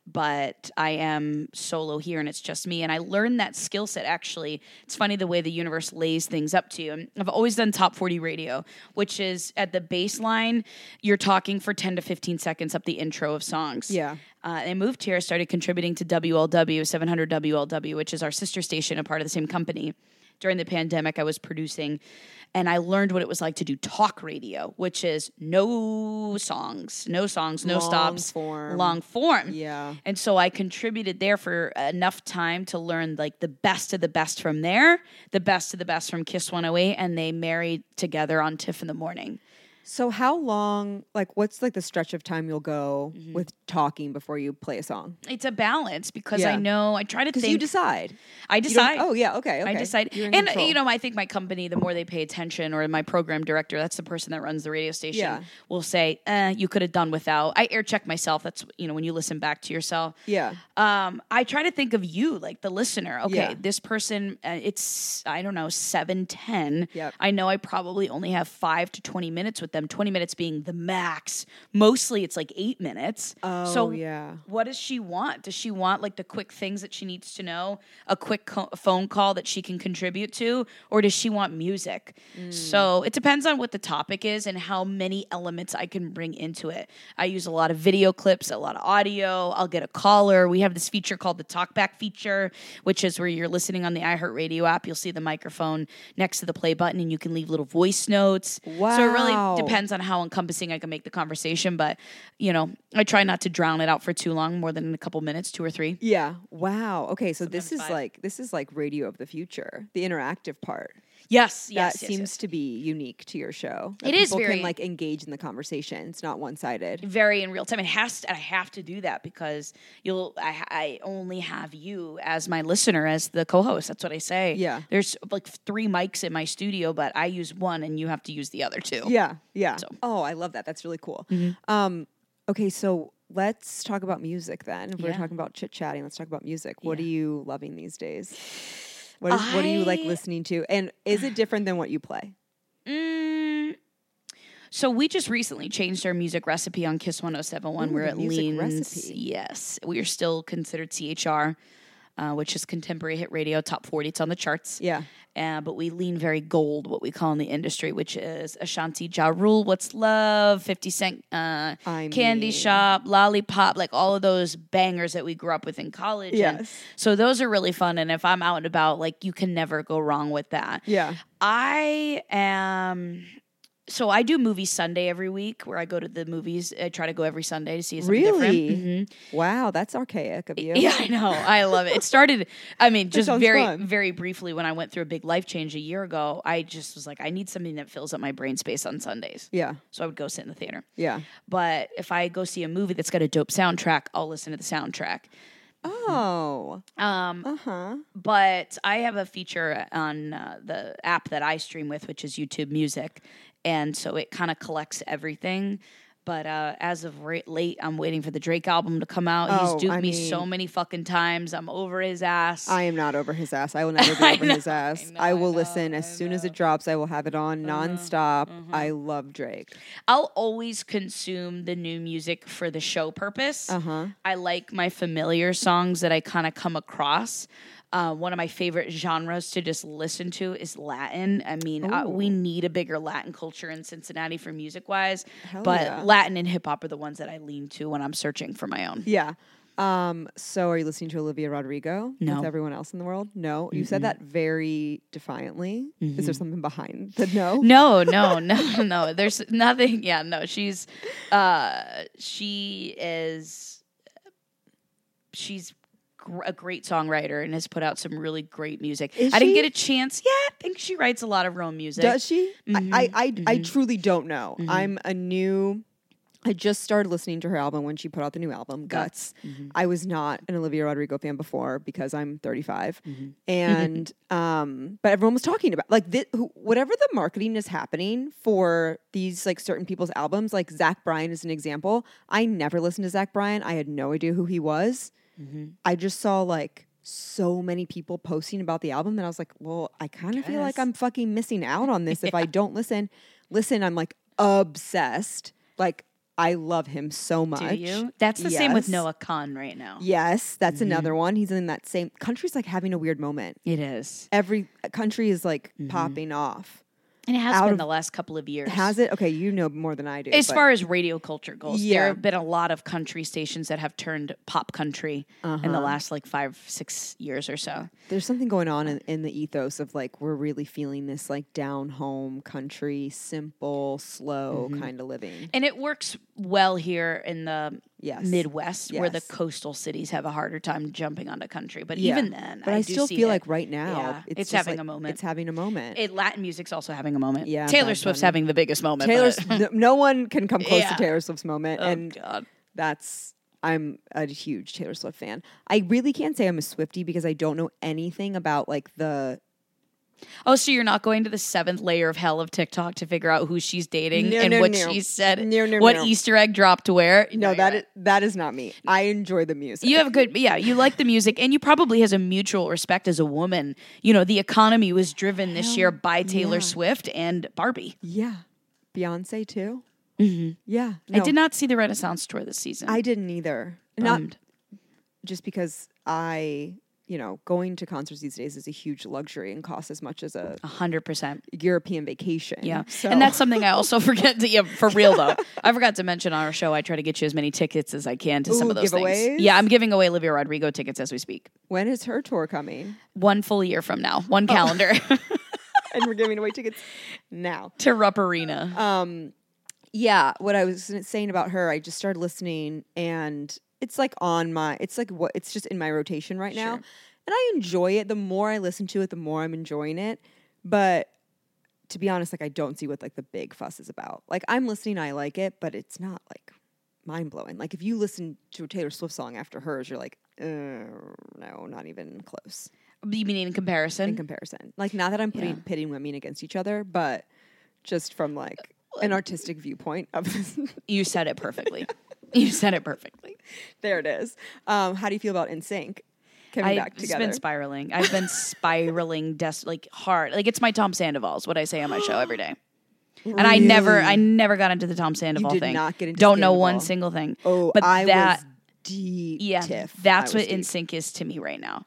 Speaker 2: but I am solo here and it's just me. And I learned that skill set actually. It's funny the way the universe lays things up to you. And I've always done top 40 radio, which is at the baseline, you're talking for 10 to 15 seconds up the intro of songs.
Speaker 1: Yeah.
Speaker 2: Uh, I moved here, started contributing to WLW, 700 WLW, which is our sister station, a part of the same company. During the pandemic, I was producing and I learned what it was like to do talk radio, which is no songs, no songs, no
Speaker 1: Long
Speaker 2: stops,
Speaker 1: form.
Speaker 2: long form.
Speaker 1: Yeah.
Speaker 2: And so I contributed there for enough time to learn like the best of the best from there, the best of the best from Kiss 108, and they married together on Tiff in the Morning.
Speaker 1: So how long like what's like the stretch of time you'll go
Speaker 2: Mm-hmm.
Speaker 1: with talking before you play a song?
Speaker 2: It's a balance because
Speaker 1: Yeah.
Speaker 2: I know I try to
Speaker 1: Cuz
Speaker 2: think.
Speaker 1: you decide.
Speaker 2: I
Speaker 1: You don't-
Speaker 2: decide.
Speaker 1: oh yeah, okay, okay.
Speaker 2: I decide,
Speaker 1: You're
Speaker 2: and uh,
Speaker 1: in control.
Speaker 2: you know, I think my company, the more they pay attention, or my program director, that's the person that runs the radio station,
Speaker 1: Yeah.
Speaker 2: will say, eh, "You could have done without." I air check myself. That's you know, when you listen back to yourself,
Speaker 1: Yeah.
Speaker 2: um, I try to think of you, like the listener. Okay,
Speaker 1: Yeah.
Speaker 2: this person, uh, it's I don't know, seven ten.
Speaker 1: Yep.
Speaker 2: I know I probably only have five to twenty minutes with them them 20 minutes being the max. Mostly it's like eight minutes.
Speaker 1: Oh,
Speaker 2: so
Speaker 1: yeah.
Speaker 2: what does she want? Does she want like the quick things that she needs to know, a quick co- phone call that she can contribute to, or does she want music? So it depends on what the topic is and how many elements I can bring into it. I use a lot of video clips, a lot of audio. I'll get a caller. We have this feature called the talkback feature, which is where you're listening on the iHeartRadio app. You'll see the microphone next to the play button, and you can leave little voice notes. So it
Speaker 1: Wow.
Speaker 2: really depends depends on how encompassing I can make the conversation, but you know, I try not to drown it out for too long, more than a couple minutes, two or three.
Speaker 1: Yeah. Wow. Okay. So this is
Speaker 2: five.
Speaker 1: like this is like radio of the future, the interactive part.
Speaker 2: Yes, yes,
Speaker 1: that
Speaker 2: yes,
Speaker 1: seems
Speaker 2: yes.
Speaker 1: to be unique to your show. that
Speaker 2: It is
Speaker 1: people
Speaker 2: very-
Speaker 1: can like engage in the conversation. It's not one sided.
Speaker 2: very in real time. It has to, I have to do that because you'll I, I only have you as my listener as the co-host. That's what I say.
Speaker 1: Yeah.
Speaker 2: There's like three mics in my studio, but I use one and you have to use the other two.
Speaker 1: Yeah. Yeah. Oh, I love that. That's really cool. Um, okay, so let's talk about music then. If We're
Speaker 2: Yeah.
Speaker 1: talking about chit chatting. Let's talk about music. What are you loving these days? What, is, what are you like
Speaker 2: I-
Speaker 1: listening to? And is it different than what you play?
Speaker 2: Mm. So we just recently changed our music recipe on Kiss 1071
Speaker 1: Ooh,
Speaker 2: where
Speaker 1: the
Speaker 2: it
Speaker 1: music
Speaker 2: leans
Speaker 1: recipe.
Speaker 2: yes. We are still considered CHR uh, which is contemporary hit radio top 40 it's on the charts
Speaker 1: Yeah.
Speaker 2: uh, but we lean very gold what we call in the industry which is ashanti ja rule what's love 50 cent uh,
Speaker 1: I
Speaker 2: candy
Speaker 1: mean-
Speaker 2: shop lollipop like all of those bangers that we grew up with in college And
Speaker 1: Yes.
Speaker 2: so those are really fun and if i'm out and about like you can never go wrong with that
Speaker 1: Yeah.
Speaker 2: I am. So I do movie Sunday every week, where I go to the movies. I try to go every Sunday to see something
Speaker 1: Really?
Speaker 2: different. Mhm.
Speaker 1: Wow, that's archaic of you.
Speaker 2: Yeah, I know. I love it. It started, I mean, just
Speaker 1: sounds
Speaker 2: very,
Speaker 1: fun.
Speaker 2: very briefly when I went through a big life change a year ago. I just was like, I need something that fills up my brain space on Sundays.
Speaker 1: Yeah.
Speaker 2: So I would go sit in the theater.
Speaker 1: Yeah.
Speaker 2: But if I go see a movie that's got a dope soundtrack, I'll listen to the soundtrack.
Speaker 1: Oh.
Speaker 2: Um,
Speaker 1: Uh huh.
Speaker 2: but I have a feature on uh, the app that I stream with, which is YouTube Music, and so it kind of collects everything. But uh, as of ra- late, I'm waiting for the Drake album to come out.
Speaker 1: Oh,
Speaker 2: He's duped
Speaker 1: I
Speaker 2: me
Speaker 1: mean-
Speaker 2: so many fucking times. I'm over his ass.
Speaker 1: I am not over his ass. I will [LAUGHS] never be
Speaker 2: I
Speaker 1: over
Speaker 2: know,
Speaker 1: his ass.
Speaker 2: know,
Speaker 1: I, Mm-hmm.
Speaker 2: I
Speaker 1: will
Speaker 2: know,
Speaker 1: listen as
Speaker 2: I
Speaker 1: soon as it drops. I will have it on nonstop. I love Drake.
Speaker 2: I'll always consume the new music for the show purpose.
Speaker 1: Uh-huh.
Speaker 2: I like my familiar songs that I kind of come across. Uh, one of my favorite genres to just listen to is Latin. I mean, uh, we need a bigger Latin culture in Cincinnati for music wise,
Speaker 1: Hell
Speaker 2: but
Speaker 1: yeah.
Speaker 2: Latin and hip hop are the ones that I lean to when I'm searching for my own.
Speaker 1: Yeah. Um, so are you listening to Olivia Rodrigo
Speaker 2: No.
Speaker 1: with everyone else in the world? No. You said that very defiantly. Is
Speaker 2: Mm-hmm.
Speaker 1: there something behind the no?
Speaker 2: No, no, no, [LAUGHS] no. There's nothing. Yeah, no. She's, uh, she is, she's gr- a great songwriter and has put out some really great music.
Speaker 1: Is
Speaker 2: I didn't
Speaker 1: she?
Speaker 2: get a chance. Yeah, I think she writes a lot of her own [LAUGHS] music. Mm-hmm.
Speaker 1: Does she? I, I, I, I truly don't know. I'm a new. I just started listening to her album when she put out the new album, Guts.
Speaker 2: Mm-hmm.
Speaker 1: I was not an Olivia Rodrigo fan before because I'm 35,
Speaker 2: Mm-hmm.
Speaker 1: and um, but everyone was talking about like thi- who, whatever the marketing is happening for these like certain people's albums. Like Zach Bryan is an example. I never listened to Zach Bryan. I had no idea who he was. I just saw like so many people posting about the album that I was like, well, I kind of feel like
Speaker 2: Guess.
Speaker 1: I'm fucking missing out on this
Speaker 2: [LAUGHS]
Speaker 1: if I don't listen. Listen, I'm like obsessed. Like I love him so much.
Speaker 2: Do you? That's the same with
Speaker 1: Yes.
Speaker 2: Noah Khan right now.
Speaker 1: Yes, that's
Speaker 2: Mm-hmm.
Speaker 1: another one. He's in that same country's like having a weird moment.
Speaker 2: It is.
Speaker 1: Every country is like
Speaker 2: Mm-hmm.
Speaker 1: popping off.
Speaker 2: And it has
Speaker 1: Out
Speaker 2: been
Speaker 1: of-
Speaker 2: the last couple of years.
Speaker 1: Has it? Okay, you know more than I do.
Speaker 2: As
Speaker 1: but-
Speaker 2: far as radio culture goes,
Speaker 1: Yeah.
Speaker 2: there have been a lot of country stations that have turned pop country in
Speaker 1: Uh-huh.
Speaker 2: the last like five, six years or so.
Speaker 1: There's something going on in, in the ethos of like we're really feeling this like down home country, simple, slow
Speaker 2: Mm-hmm.
Speaker 1: kind of living.
Speaker 2: And it works well here in the
Speaker 1: Yes.
Speaker 2: Midwest, where the
Speaker 1: Yes.
Speaker 2: coastal cities have a harder time jumping onto country. But
Speaker 1: Yeah.
Speaker 2: even then,
Speaker 1: but I,
Speaker 2: I, do
Speaker 1: still
Speaker 2: see
Speaker 1: feel
Speaker 2: it.
Speaker 1: like right now
Speaker 2: Yeah, it's
Speaker 1: just
Speaker 2: having
Speaker 1: like-
Speaker 2: a moment.
Speaker 1: It's having a moment.
Speaker 2: It- [LAUGHS] Latin music's also having a moment.
Speaker 1: Yeah,
Speaker 2: Taylor
Speaker 1: Bad
Speaker 2: Swift's
Speaker 1: Bunny.
Speaker 2: having the biggest moment.
Speaker 1: Taylor's
Speaker 2: but-
Speaker 1: no, no one can come close to
Speaker 2: Yeah.
Speaker 1: Taylor Swift's moment,
Speaker 2: oh
Speaker 1: and
Speaker 2: God.
Speaker 1: that's I'm a huge Taylor Swift fan. I really can't say I'm a Swifty because I don't know anything about like the
Speaker 2: Oh, so you're not going to the seventh layer of hell of TikTok to figure out who she's dating
Speaker 1: No,
Speaker 2: and
Speaker 1: no,
Speaker 2: what
Speaker 1: no.
Speaker 2: she said,
Speaker 1: No, no,
Speaker 2: what
Speaker 1: no.
Speaker 2: Easter egg drop to wear?
Speaker 1: no
Speaker 2: you're
Speaker 1: that
Speaker 2: right.
Speaker 1: is, that is not me. I enjoy the music.
Speaker 2: You have good, yeah. You like the music, and you probably has a mutual respect as a woman. You know, the economy was driven this year by Taylor Swift and Barbie.
Speaker 1: yeah, Beyonce too.
Speaker 2: Mhm.
Speaker 1: Yeah,
Speaker 2: I
Speaker 1: no,
Speaker 2: did not see the Renaissance tour this season.
Speaker 1: I didn't either. Not
Speaker 2: Bummed.
Speaker 1: just because I, you know, going to concerts these days is a huge luxury and costs as much as a
Speaker 2: a hundred percent.
Speaker 1: European vacation.
Speaker 2: Yeah,
Speaker 1: so.
Speaker 2: and that's something I also [LAUGHS] forget. To, yeah, for
Speaker 1: [LAUGHS]
Speaker 2: real though, I forgot to mention on our show. I try to get you as many tickets as I can to some
Speaker 1: Ooh,
Speaker 2: of those
Speaker 1: giveaways?
Speaker 2: things. Yeah, I'm giving away Olivia Rodrigo tickets as we speak.
Speaker 1: when is her tour coming?
Speaker 2: One full year from now, one
Speaker 1: Oh. [LAUGHS]
Speaker 2: calendar [LAUGHS]
Speaker 1: and we're giving away tickets now.
Speaker 2: to Rupp Arena.
Speaker 1: Um, yeah, what I was saying about her, I just started listening, and it's like on my, it's like what, it's just in my rotation right now,
Speaker 2: Sure.
Speaker 1: and I enjoy it. The more I listen to it, the more I'm enjoying it. But to be honest, like I don't see what like the big fuss is about. Like I'm listening, I like it, but it's not like mind blowing. Like if you listen to a Taylor Swift song after hers, you're like, uh, no, not even close
Speaker 2: you mean in comparison?
Speaker 1: in comparison. Like not that I'm putting
Speaker 2: Yeah.
Speaker 1: pitting women against each other, but just from like an artistic viewpoint of [LAUGHS] this.
Speaker 2: you said it perfectly. you said it perfectly.
Speaker 1: there it is. Um, how do you feel about NSYNC coming back
Speaker 2: I've just
Speaker 1: together?
Speaker 2: been spiraling.
Speaker 1: [LAUGHS]
Speaker 2: I've been spiraling des- like hard. Like it's my Tom Sandoval's what I say on my show every day. And I never I
Speaker 1: Really?
Speaker 2: never got into the Tom Sandoval
Speaker 1: did
Speaker 2: thing.
Speaker 1: not get into
Speaker 2: Don't know one
Speaker 1: Sandoval.
Speaker 2: single thing.
Speaker 1: oh,
Speaker 2: but
Speaker 1: I
Speaker 2: that
Speaker 1: was deep.
Speaker 2: yeah,
Speaker 1: tiff.
Speaker 2: that's
Speaker 1: I was
Speaker 2: what
Speaker 1: deep.
Speaker 2: NSYNC is to me right now.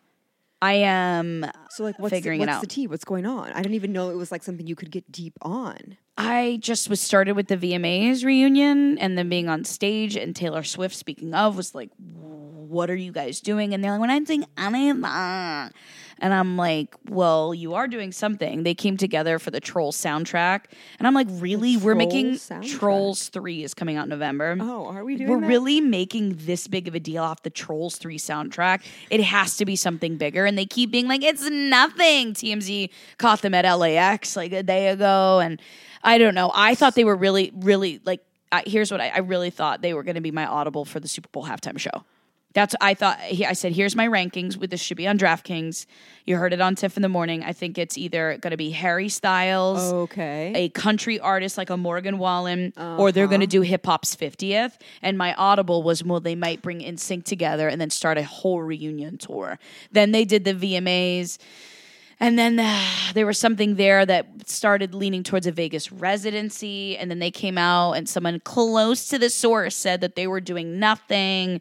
Speaker 2: I am
Speaker 1: So like, what's
Speaker 2: figuring
Speaker 1: the,
Speaker 2: it
Speaker 1: what's
Speaker 2: out.
Speaker 1: the tea? What's going on? I didn't even know it was like something you could get deep on.
Speaker 2: I just was started with the VMAs reunion and then being on stage and Taylor Swift speaking of was like, what are you guys doing? And they're like, when I'm saying Anima. And I'm like, well, you are doing something. They came together for the Troll soundtrack. And I'm like, really? We're
Speaker 1: Troll
Speaker 2: making
Speaker 1: soundtrack?
Speaker 2: Trolls 3 is coming out in November.
Speaker 1: Oh, are we doing?
Speaker 2: We're
Speaker 1: that?
Speaker 2: really making this big of a deal off the Trolls 3 soundtrack. It has to be something bigger. And they keep being like, it's nothing. TMZ caught them at LAX like a day ago. And I don't know. I thought they were really, really like, I, here's what I, I really thought they were going to be my audible for the Super Bowl halftime show. That's I thought he- I said here's my rankings with this should be on DraftKings. You heard it on Tiff in the morning. I think it's either going to be Harry Styles,
Speaker 1: Oh, okay. Uh-huh.
Speaker 2: a country artist like a Morgan Wallen, or they're going to do hip hop's 50th. And my audible was, well, they might bring in sync together and then start a whole reunion tour. Then they did the VMAs. And then uh, there was something there that started leaning towards a Vegas residency. And then they came out, and someone close to the source said that they were doing nothing.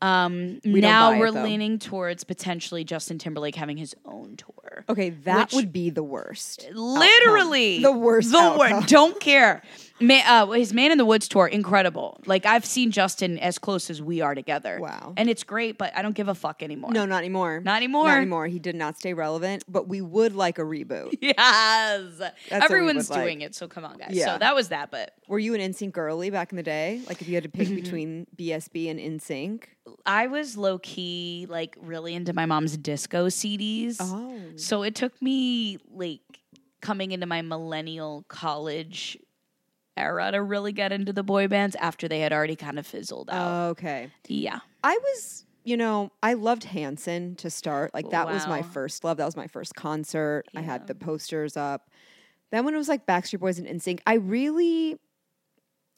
Speaker 2: Um,
Speaker 1: don't buy
Speaker 2: now
Speaker 1: it,
Speaker 2: we're
Speaker 1: though.
Speaker 2: leaning towards potentially Justin Timberlake having his own tour.
Speaker 1: okay, that
Speaker 2: which-
Speaker 1: would be the worst.
Speaker 2: Literally,
Speaker 1: The worst
Speaker 2: The
Speaker 1: outcome.
Speaker 2: worst. Don't care. Man, uh, his Man in the Woods tour, incredible. Like I've seen Justin as close as we are together.
Speaker 1: Wow.
Speaker 2: and it's great, but I don't give a fuck anymore.
Speaker 1: No, not anymore.
Speaker 2: Not anymore.
Speaker 1: Not anymore. He did not stay relevant, but we would like a reboot.
Speaker 2: [LAUGHS] Yes,
Speaker 1: would
Speaker 2: everyone's
Speaker 1: like.
Speaker 2: doing it. So come on, guys.
Speaker 1: Yeah.
Speaker 2: So that was that, but
Speaker 1: Were you an NSYNC girly back in the day? Like if you had to
Speaker 2: Mm-hmm.
Speaker 1: pick between BSB and NSYNC?
Speaker 2: I was low key, like really into my mom's disco CDs.
Speaker 1: Oh.
Speaker 2: So it took me like coming into my millennial college era to really get into the boy bands after they had already kind of fizzled out.
Speaker 1: okay.
Speaker 2: yeah.
Speaker 1: I was, you know, I loved Hanson to start. Like that was my
Speaker 2: Wow.
Speaker 1: first love. That was my first concert. I
Speaker 2: Yeah.
Speaker 1: had the posters up. Then when it was like Backstreet Boys and NSYNC, I really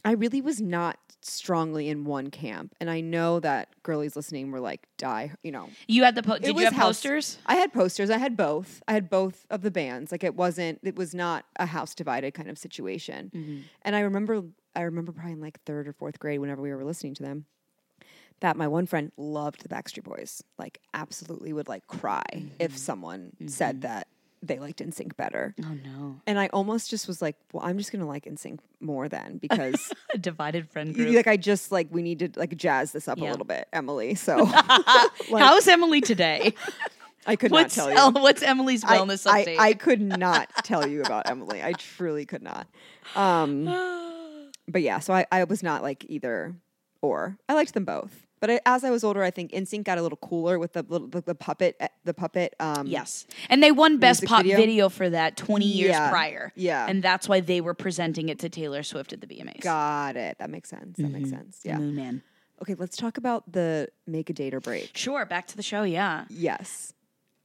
Speaker 1: I really was not strongly in one camp. And I know that girlies listening were like die, you know,
Speaker 2: You had the po-
Speaker 1: It
Speaker 2: did
Speaker 1: was
Speaker 2: you have
Speaker 1: house-
Speaker 2: posters?
Speaker 1: I had posters. I had both. I had both of the bands. Like it wasn't. It was not a house divided kind of situation. And I remember. I remember probably in like third or fourth grade, whenever we were listening to them, that my one friend loved the Backstreet Boys. Like absolutely would like cry
Speaker 2: Mm-hmm.
Speaker 1: if someone said that they liked NSYNC better.
Speaker 2: Oh no,
Speaker 1: And I almost just was like, well, I'm just gonna like NSYNC more
Speaker 2: [LAUGHS]
Speaker 1: then because
Speaker 2: [LAUGHS] a divided friend group.
Speaker 1: like I just like we need to like jazz this up a
Speaker 2: Yeah.
Speaker 1: little bit,
Speaker 2: [LAUGHS]
Speaker 1: Emily. So
Speaker 2: How is Emily today?
Speaker 1: [LAUGHS] I could
Speaker 2: what's
Speaker 1: not tell you.
Speaker 2: El- what's Emily's
Speaker 1: I-
Speaker 2: wellness
Speaker 1: I,
Speaker 2: update? [GASPS]
Speaker 1: I could not tell you about Emily. I truly could not. Um, but yeah, so I, I was not like either or. I liked them both. But I, as I was older, I think Instinct got a little cooler with the little the, the puppet eh, the puppet. Um,
Speaker 2: yes, and they won best
Speaker 1: Music
Speaker 2: pop
Speaker 1: video?
Speaker 2: video? for that twenty years
Speaker 1: Yeah.
Speaker 2: prior.
Speaker 1: Yeah.
Speaker 2: and that's why they were presenting it to Taylor Swift at the VMAs.
Speaker 1: Got it. That makes sense. That makes sense.
Speaker 2: The
Speaker 1: Yeah.
Speaker 2: Moon Man.
Speaker 1: Okay, let's talk about the make a date or break.
Speaker 2: Sure, back to the show. Yeah,
Speaker 1: Yes.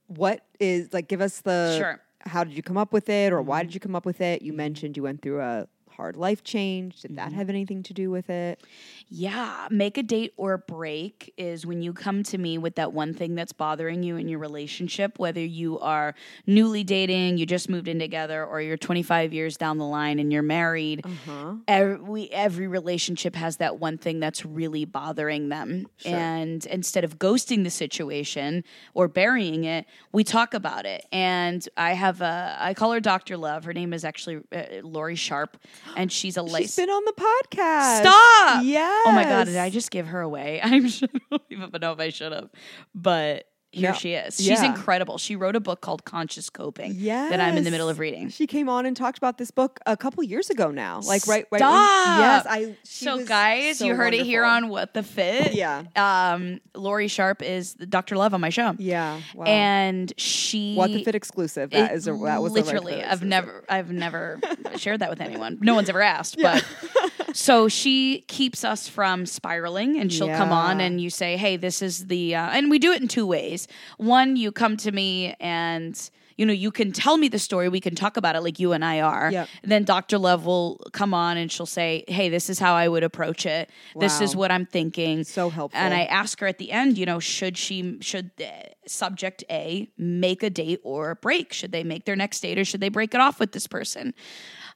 Speaker 1: What is like? Give us the
Speaker 2: Sure. Mm-hmm.
Speaker 1: How did you come up with it, or why did you come up with it? You mentioned you went through a hard life change? Did
Speaker 2: Mm-hmm.
Speaker 1: that have anything to do with it?
Speaker 2: Yeah, make a date or break is when you come to me with that one thing that's bothering you in your relationship, whether you are newly dating, you just moved in together, or you're 25 years down the line and you're married.
Speaker 1: Uh-huh.
Speaker 2: Every every relationship has that one thing that's really bothering them. And instead of ghosting the situation or burying it, we talk about it. And I have a I call her Dr. Love. Her name is actually uh, Lori Sharp, and she's a
Speaker 1: She's
Speaker 2: licensed
Speaker 1: been on the podcast.
Speaker 2: Stop!
Speaker 1: Yes.
Speaker 2: Oh my god, did I just give her away? [LAUGHS] I'm sure, I don't even know if I should have. But here
Speaker 1: No.
Speaker 2: she is. She's
Speaker 1: Yeah.
Speaker 2: incredible. She wrote a book called Conscious Coping
Speaker 1: Yes.
Speaker 2: that I'm in the middle of reading.
Speaker 1: She came on and talked about this book a couple years ago now. Like right, right. when-
Speaker 2: Stop!
Speaker 1: yes, I. she
Speaker 2: So
Speaker 1: was
Speaker 2: guys,
Speaker 1: so
Speaker 2: you heard it here
Speaker 1: wonderful.
Speaker 2: on What the Fit.
Speaker 1: Yeah.
Speaker 2: Um Lori Sharp is the Dr. Love on my show.
Speaker 1: Yeah. Wow.
Speaker 2: And she
Speaker 1: what the fit exclusive? That
Speaker 2: it
Speaker 1: is. A, that was
Speaker 2: literally.
Speaker 1: The right fit
Speaker 2: I've
Speaker 1: exclusive.
Speaker 2: never.
Speaker 1: [LAUGHS]
Speaker 2: I've never shared that with anyone. No one's ever asked.
Speaker 1: Yeah.
Speaker 2: But so she keeps us from spiraling, and she'll come on,
Speaker 1: Yeah.
Speaker 2: and you say, "Hey, this is the," uh, and we do it in two ways. One, you come to me and. You know, you can tell me the story. We can talk about it like you and I are.
Speaker 1: Yep.
Speaker 2: Then Dr. Love will come on and she'll say, Hey, this is how I would approach it. This is
Speaker 1: Wow.
Speaker 2: what I'm thinking.
Speaker 1: So helpful.
Speaker 2: And I ask her at the end, you know, should she, should uh, subject A make a date or a break? Should they make their next date or should they break it off with this person?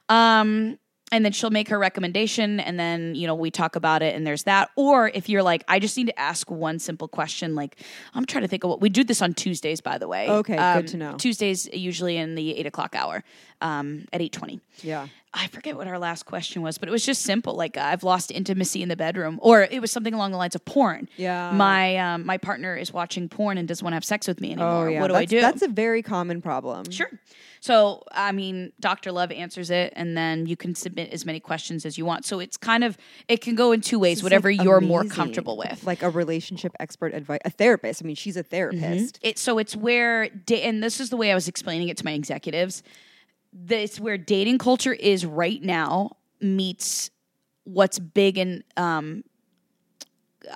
Speaker 2: Um, and then she'll make her recommendation and then, you know, we talk about it and there's that. Or if you're like, I just need to ask one simple question, like, I'm trying to think of what we do this on Tuesdays, by the way. Um,
Speaker 1: Okay, good to know.
Speaker 2: Tuesdays usually in the eight o'clock hour, um, at eight twenty.
Speaker 1: Yeah.
Speaker 2: I forget what our last question was, but it was just simple. Like uh, I've lost intimacy in the bedroom, or it was something along the lines of porn.
Speaker 1: Yeah.
Speaker 2: my um, my partner is watching porn and doesn't want to have sex with me anymore. What do
Speaker 1: Oh, that's,
Speaker 2: I do?
Speaker 1: That's a very common problem.
Speaker 2: sure. So I mean, Doctor Love answers it, and then you can submit as many questions as you want. So it's kind of it can go in two ways,
Speaker 1: It's,
Speaker 2: whatever
Speaker 1: like,
Speaker 2: you're more
Speaker 1: amazing.
Speaker 2: comfortable with.
Speaker 1: Like a relationship expert advice, a therapist. I mean, she's a therapist.
Speaker 2: It so it's where da- and this is the way I was explaining it to my executives. This where dating culture is right now meets what's big in um,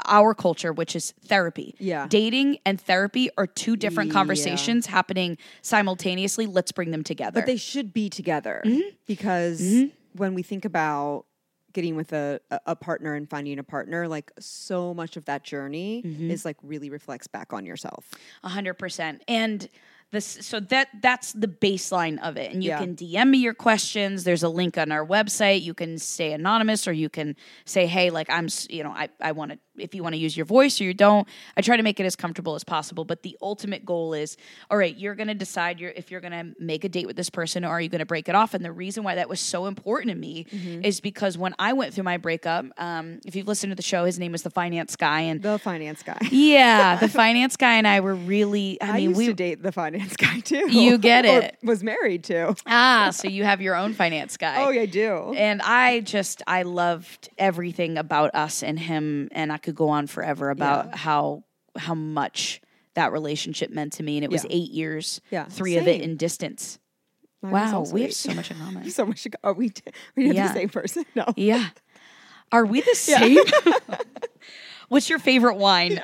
Speaker 2: our culture, which is therapy.
Speaker 1: Yeah.
Speaker 2: dating and therapy are two different
Speaker 1: Yeah.
Speaker 2: conversations happening simultaneously. Let's bring them together.
Speaker 1: But
Speaker 2: Mm-hmm.
Speaker 1: they should be together because when we think about getting with a, a- a partner and finding a partner, like so much of that journey
Speaker 2: Mm-hmm.
Speaker 1: is like really reflects back on yourself.
Speaker 2: A hundred percent. And this, so that that's the baseline of it. And you
Speaker 1: Yeah.
Speaker 2: can DM me your questions. There's a link on our website. You can stay anonymous, or you can say, "Hey, like I'm, s- you know, I I want to. If you want to use your voice or you don't, I try to make it as comfortable as possible. But the ultimate goal is, all right, you're going to decide your if you're going to make a date with this person or are you going to break it off. And the reason why that was so important to me is because when I went through my breakup, um, if you've listened to the show, his name was the finance guy, and
Speaker 1: The finance guy. [LAUGHS]
Speaker 2: yeah, the finance guy and I were really. I,
Speaker 1: I,
Speaker 2: mean,
Speaker 1: used
Speaker 2: we
Speaker 1: to date the finance [LAUGHS] guy too.
Speaker 2: You get
Speaker 1: Or
Speaker 2: it.
Speaker 1: Was married to.
Speaker 2: ah, so you have your own finance guy.
Speaker 1: Oh, yeah, I do.
Speaker 2: And I just I loved everything about us and him, and I could go on forever about how how much that relationship meant to me, and it was
Speaker 1: Yeah.
Speaker 2: eight years,
Speaker 1: Yeah,
Speaker 2: three of it
Speaker 1: same.
Speaker 2: in distance.
Speaker 1: Mine was
Speaker 2: wow,
Speaker 1: also
Speaker 2: we have
Speaker 1: eight.
Speaker 2: so much in
Speaker 1: [LAUGHS]
Speaker 2: common.
Speaker 1: so much. Oh, we did, we did
Speaker 2: Yeah.
Speaker 1: the same person. [LAUGHS] No.
Speaker 2: yeah, are we the same?
Speaker 1: [LAUGHS]
Speaker 2: What's your favorite wine?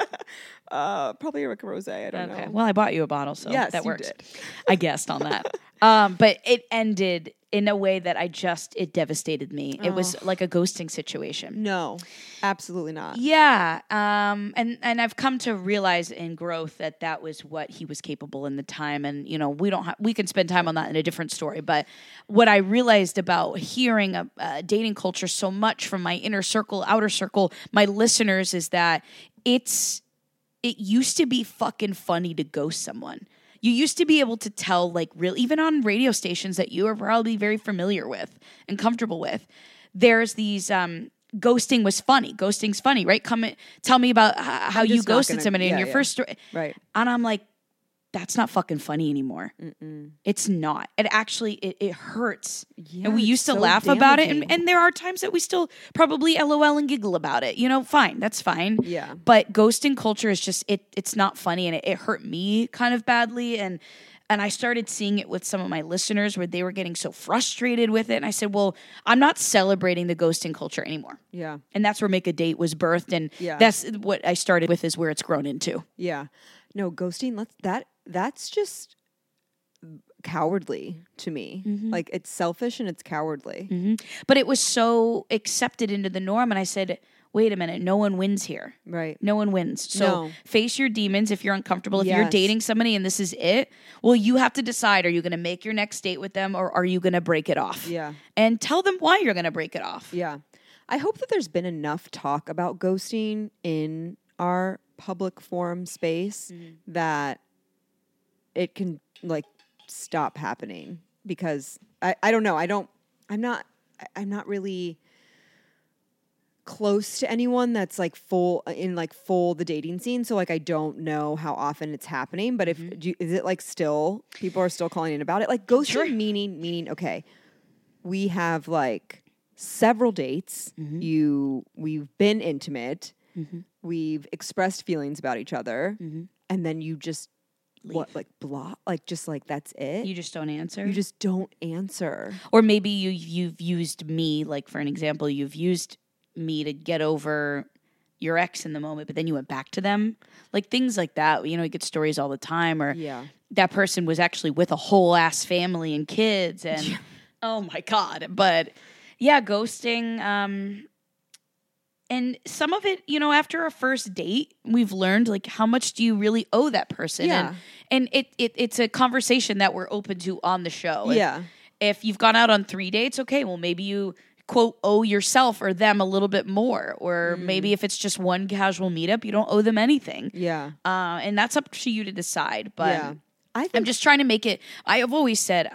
Speaker 1: Uh, probably like a rose. I don't
Speaker 2: Okay.
Speaker 1: know.
Speaker 2: Well, I bought you a bottle, so
Speaker 1: Yes,
Speaker 2: that
Speaker 1: you
Speaker 2: works.
Speaker 1: did.
Speaker 2: I guessed
Speaker 1: [LAUGHS]
Speaker 2: on that. um, but it ended in a way that I just it devastated me. It
Speaker 1: Oh.
Speaker 2: was like a ghosting situation.
Speaker 1: no, absolutely not.
Speaker 2: Yeah, um, and and I've come to realize in growth that that was what he was capable in the time, and you know we don't ha- we can spend time on that in a different story. But what I realized about hearing a, uh dating culture so much from my inner circle, outer circle, my listeners is that it's it used to be fucking funny to ghost someone. You used to be able to tell, like, real, even on radio stations that you are probably very familiar with and comfortable with. There's these, um, ghosting was funny. Ghosting's funny, right? Come and tell me about h- how you
Speaker 1: just not
Speaker 2: ghosted
Speaker 1: gonna-
Speaker 2: somebody in
Speaker 1: yeah,
Speaker 2: your
Speaker 1: yeah.
Speaker 2: first story.
Speaker 1: Right.
Speaker 2: And I'm like, that's not fucking funny anymore.
Speaker 1: Mm-mm.
Speaker 2: It's not. It actually, it, it hurts.
Speaker 1: Yeah,
Speaker 2: and we
Speaker 1: it's
Speaker 2: used to
Speaker 1: so
Speaker 2: laugh about it. And,
Speaker 1: damaging.
Speaker 2: and there are times that we still probably LOL and giggle about it. You know, fine. That's fine
Speaker 1: Yeah.
Speaker 2: but ghosting culture is just it it's not funny and it, it hurt me kind of badly and and I started seeing it with some of my listeners where they were getting so frustrated with it and I said, "Well, I'm not celebrating the ghosting culture anymore."
Speaker 1: Yeah.
Speaker 2: And that's where Make a Date was birthed and
Speaker 1: Yeah.
Speaker 2: that's what I started with is where it's grown into.
Speaker 1: Yeah. No, ghosting, let's that that's just cowardly to me.
Speaker 2: Mm-hmm.
Speaker 1: Like it's selfish and it's cowardly.
Speaker 2: But it was so accepted into the norm. And I said, wait a minute, no one wins here.
Speaker 1: Right.
Speaker 2: No one wins. So
Speaker 1: No.
Speaker 2: face your demons if you're uncomfortable. If you're
Speaker 1: Yes.
Speaker 2: dating somebody and this is it, well, you have to decide are you going to make your next date with them or are you going to break it off?
Speaker 1: Yeah.
Speaker 2: And tell them why you're going to break it off.
Speaker 1: Yeah. I hope that there's been enough talk about ghosting in our public forum space that it can like stop happening because I, I don't know. I don't, I'm not, I- I'm not really close to anyone that's like full uh, in like full the dating scene so like i don't know how often it's happening but if do you, is it like still people are still calling in about it like ghosting meaning meaning okay we have like several dates
Speaker 2: Mm-hmm.
Speaker 1: you we've been intimate Mm-hmm, we've expressed feelings about each other and then you just what like block like just like that's it
Speaker 2: You just don't answer.
Speaker 1: you just don't answer
Speaker 2: or maybe you you've used me like for an example, you've used me to get over your ex in the moment, but then you went back to them. Like things like that. You know, you get stories all the time or
Speaker 1: yeah
Speaker 2: that person was actually with a whole ass family and kids and [LAUGHS] oh my god but yeah ghosting um and some of it you know after a first date we've learned like how much do you really owe that person
Speaker 1: Yeah.
Speaker 2: and, and it, it it's a conversation that we're open to on the show If-
Speaker 1: yeah
Speaker 2: if you've gone out on three dates, okay, well, maybe you quote owe yourself or them a little bit more. Or
Speaker 1: Mm.
Speaker 2: maybe if it's just one casual meetup, you don't owe them anything.
Speaker 1: yeah
Speaker 2: Uh, and that's up to you to decide. But
Speaker 1: yeah i think
Speaker 2: I'm just trying to make it, I have always said,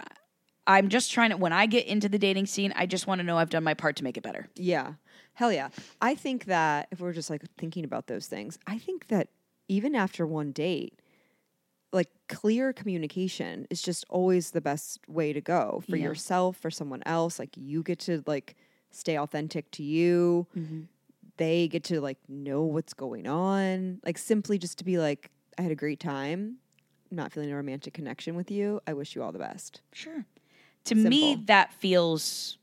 Speaker 2: I'm just trying to, when I get into the dating scene, I just want to know I've done my part to make it better.
Speaker 1: Yeah. Hell yeah. I think that if we're just like thinking about those things, I think that even after one date, like clear communication is just always the best way to go for
Speaker 2: Yeah.
Speaker 1: yourself, for someone else. Like you get to like stay authentic to you. They get to like know what's going on. Like simply just to be like, I had a great time. I'm not feeling a romantic connection with you. I wish you all the best.
Speaker 2: Sure. To me,
Speaker 1: Simple.
Speaker 2: that feels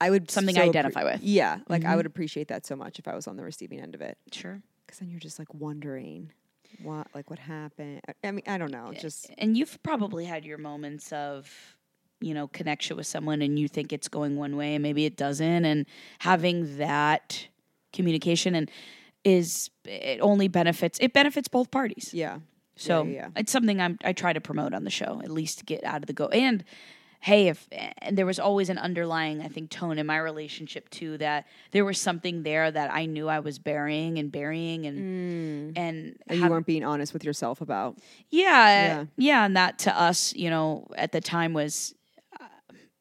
Speaker 1: I would
Speaker 2: Something I
Speaker 1: I
Speaker 2: identify with. Mm-hmm.
Speaker 1: Yeah. Like I would appreciate that so much if I was on the receiving end of it.
Speaker 2: sure.
Speaker 1: because then you're just like wondering what like what happened I- i mean i don't know it's just
Speaker 2: And you've probably had your moments of, you know, connection with someone and you think it's going one way and maybe it doesn't. And having that communication and is it only benefits it benefits both parties.
Speaker 1: yeah
Speaker 2: So
Speaker 1: yeah, yeah.
Speaker 2: it's something I'm I try to promote on the show, at least to get out of the go. And hey, if and there was always an underlying, I think, tone in my relationship too that there was something there that I knew I was burying and burying and and
Speaker 1: that Mm. you
Speaker 2: have-
Speaker 1: weren't being honest with yourself about
Speaker 2: yeah,
Speaker 1: Yeah.
Speaker 2: yeah, and that to us, you know, at the time was, uh,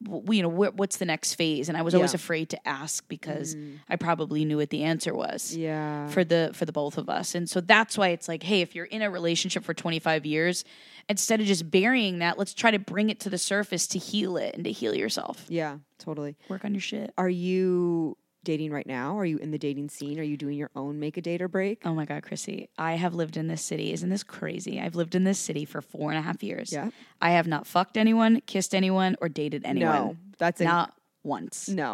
Speaker 2: w- you know, wh- what's the next phase? And I was always
Speaker 1: Yeah. Mm.
Speaker 2: afraid to ask because I probably knew what the answer was
Speaker 1: yeah
Speaker 2: for the for the both of us. And so that's why it's like, hey, if you're in a relationship for 25 years, instead of just burying that, let's try to bring it to the surface to heal it and to heal yourself.
Speaker 1: yeah totally
Speaker 2: Work on your shit.
Speaker 1: are you dating right now are you in the dating scene are you doing your own make a date or break
Speaker 2: Oh my God, Chrissy, I have lived in this city. Isn't this crazy? I've lived in this city for four and a half years.
Speaker 1: Yeah.
Speaker 2: I have not fucked anyone, kissed anyone, or dated anyone.
Speaker 1: no that's a
Speaker 2: Not once. Mm-hmm.
Speaker 1: no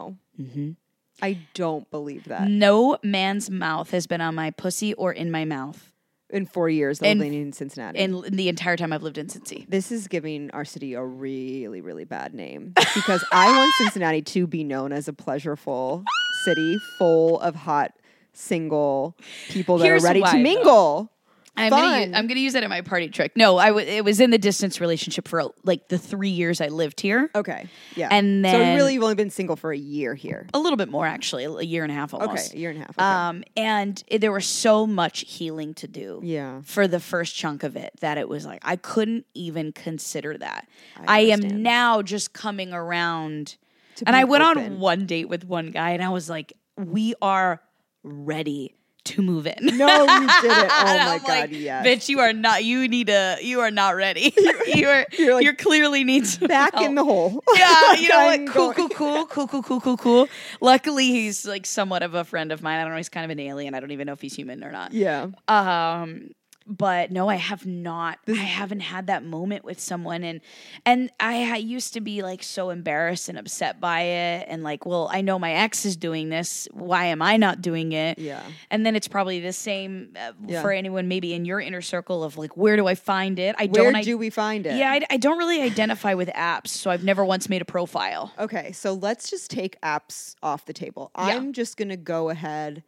Speaker 1: i don't believe
Speaker 2: uh,
Speaker 1: that
Speaker 2: No man's mouth has been on my pussy or in my mouth
Speaker 1: in four years that I've
Speaker 2: And-
Speaker 1: been in cincinnati
Speaker 2: in, in the entire time I've lived in Cincy.
Speaker 1: this is giving our city a really, really bad name because I
Speaker 2: [LAUGHS]
Speaker 1: want Cincinnati to be known as a pleasureful city full of hot, single people that
Speaker 2: Here's
Speaker 1: are ready
Speaker 2: why,
Speaker 1: to
Speaker 2: though.
Speaker 1: mingle.
Speaker 2: I'm gonna,
Speaker 1: Fun.
Speaker 2: use, I'm gonna use that in my party trick. No, I w- it was in the distance relationship for like the three years I lived here,
Speaker 1: Okay. Oh, Yeah.
Speaker 2: And
Speaker 1: so
Speaker 2: then-
Speaker 1: really, you've only been single for a year here.
Speaker 2: a little bit more actually, a year and a half
Speaker 1: Okay,
Speaker 2: almost.
Speaker 1: a year and a half. Okay.
Speaker 2: Um, and it- there was so much healing to do.
Speaker 1: yeah.
Speaker 2: for the first chunk of it that it was like I couldn't even consider that.
Speaker 1: I
Speaker 2: I, am
Speaker 1: understand.
Speaker 2: now just coming around.
Speaker 1: To
Speaker 2: And
Speaker 1: be
Speaker 2: I went
Speaker 1: open.
Speaker 2: on one date with one guy and I was like, we are ready to move in.
Speaker 1: No, you did it. Oh
Speaker 2: [LAUGHS] And
Speaker 1: my
Speaker 2: I'm
Speaker 1: god.
Speaker 2: like,
Speaker 1: yes.
Speaker 2: Bitch, you are not you need a you are not ready. [LAUGHS] you are
Speaker 1: [LAUGHS] You're
Speaker 2: you're,
Speaker 1: like-
Speaker 2: clearly need some
Speaker 1: Back
Speaker 2: help.
Speaker 1: in the hole. [LAUGHS]
Speaker 2: Yeah, you know
Speaker 1: I'm
Speaker 2: what? Cool,
Speaker 1: going-
Speaker 2: cool, cool, cool, cool, cool, cool, cool. Luckily, he's like somewhat of a friend of mine. I don't know. He's kind of an alien. I don't even know if he's human or not
Speaker 1: Yeah.
Speaker 2: um but no i have not i haven't had that moment with someone and and I, I used to be like so embarrassed and upset by it and like well i know my ex is doing this why am i not doing it
Speaker 1: Yeah.
Speaker 2: and then it's probably the same uh,
Speaker 1: Yeah.
Speaker 2: for anyone maybe in your inner circle of like where do i find it i
Speaker 1: Where
Speaker 2: don't I-
Speaker 1: do we find it?
Speaker 2: yeah I, I don't really identify with apps so i've never once made a profile
Speaker 1: Okay, so let's just take apps off the table.
Speaker 2: Yeah.
Speaker 1: I'm just going to go ahead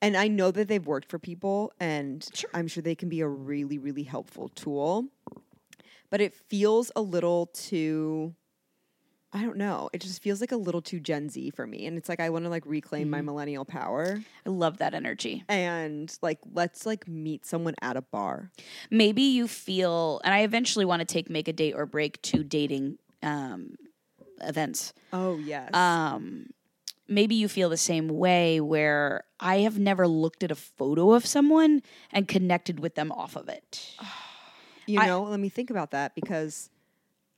Speaker 1: and I know that they've worked for people and
Speaker 2: Sure.
Speaker 1: I'm sure they can be a really really helpful tool. But it feels a little too I don't know. It just feels like a little too Gen Z for me and it's like I want to like reclaim my millennial power
Speaker 2: i love that energy
Speaker 1: and like let's like meet someone at a bar.
Speaker 2: maybe you feel and i eventually want to take make a date or break to dating um, events
Speaker 1: Oh, yes.
Speaker 2: um, maybe you feel the same way where i have never looked at a photo of someone and connected with them off of it
Speaker 1: Ah. you
Speaker 2: I-
Speaker 1: know, let me think about that because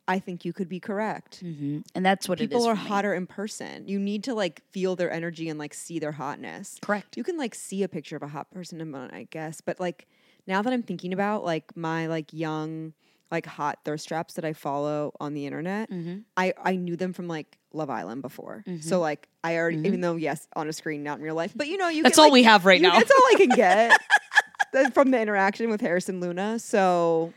Speaker 1: I think you could be correct.
Speaker 2: Mm-hmm. and that's what it is
Speaker 1: people are
Speaker 2: for me.
Speaker 1: hotter in person. You need to like feel their energy and like see their hotness.
Speaker 2: correct
Speaker 1: You can like see a picture of a hot person, in one, I guess. But like now that I'm thinking about like my like young like hot thirst traps that I follow on the internet,
Speaker 2: Mm-hmm.
Speaker 1: I I knew them from like Love Island before. So like I already, even though yes, on a screen, not in real life, but you know you.
Speaker 2: Mm-hmm. that's
Speaker 1: get,
Speaker 2: all
Speaker 1: like,
Speaker 2: we have right
Speaker 1: you-
Speaker 2: now
Speaker 1: That's all I
Speaker 2: [LAUGHS]
Speaker 1: can get That's from the interaction with Harrison Luna. So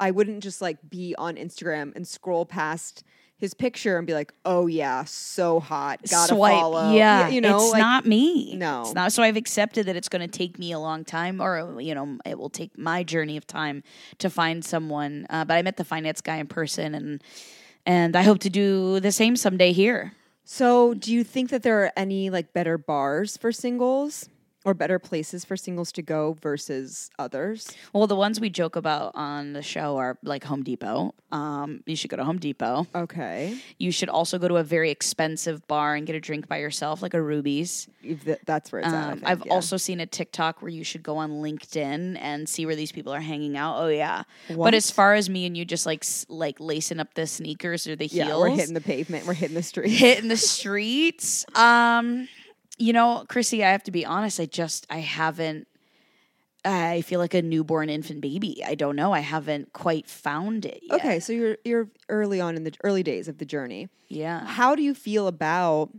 Speaker 1: I wouldn't just like be on Instagram and scroll past his picture and be like, "Oh yeah, so hot, gotta
Speaker 2: swipe.
Speaker 1: follow."
Speaker 2: Yeah,
Speaker 1: you know,
Speaker 2: it's
Speaker 1: like,
Speaker 2: not me.
Speaker 1: No.
Speaker 2: it's not. So I've accepted that it's going to take me a long time, or you know, it will take my journey of time to find someone. Uh, but I met the finance guy in person, and and I hope to do the same someday here.
Speaker 1: So, do you think that there are any like better bars for singles or better places for singles to go versus others?
Speaker 2: Well, the ones we joke about on the show are like Home Depot. Um, you should go to Home Depot.
Speaker 1: Okay,
Speaker 2: You should also go to a very expensive bar and get a drink by yourself, like a Ruby's.
Speaker 1: If th- that's where it's at. I
Speaker 2: Um,
Speaker 1: think,
Speaker 2: I've
Speaker 1: yeah.
Speaker 2: also seen a TikTok where you should go on LinkedIn and see where these people are hanging out. Oh yeah,
Speaker 1: What?
Speaker 2: but as far as me and you, just like s- like lacing up the sneakers or the heels,
Speaker 1: yeah, we're hitting the pavement, we're hitting the
Speaker 2: [LAUGHS]
Speaker 1: street.
Speaker 2: hitting the streets. Um, you know, Chrissy, I have to be honest. I just I haven't. I feel like a newborn infant baby. I don't know. I haven't quite found it yet.
Speaker 1: Okay, so you're you're early on in the early days of the journey.
Speaker 2: Yeah.
Speaker 1: how do you feel about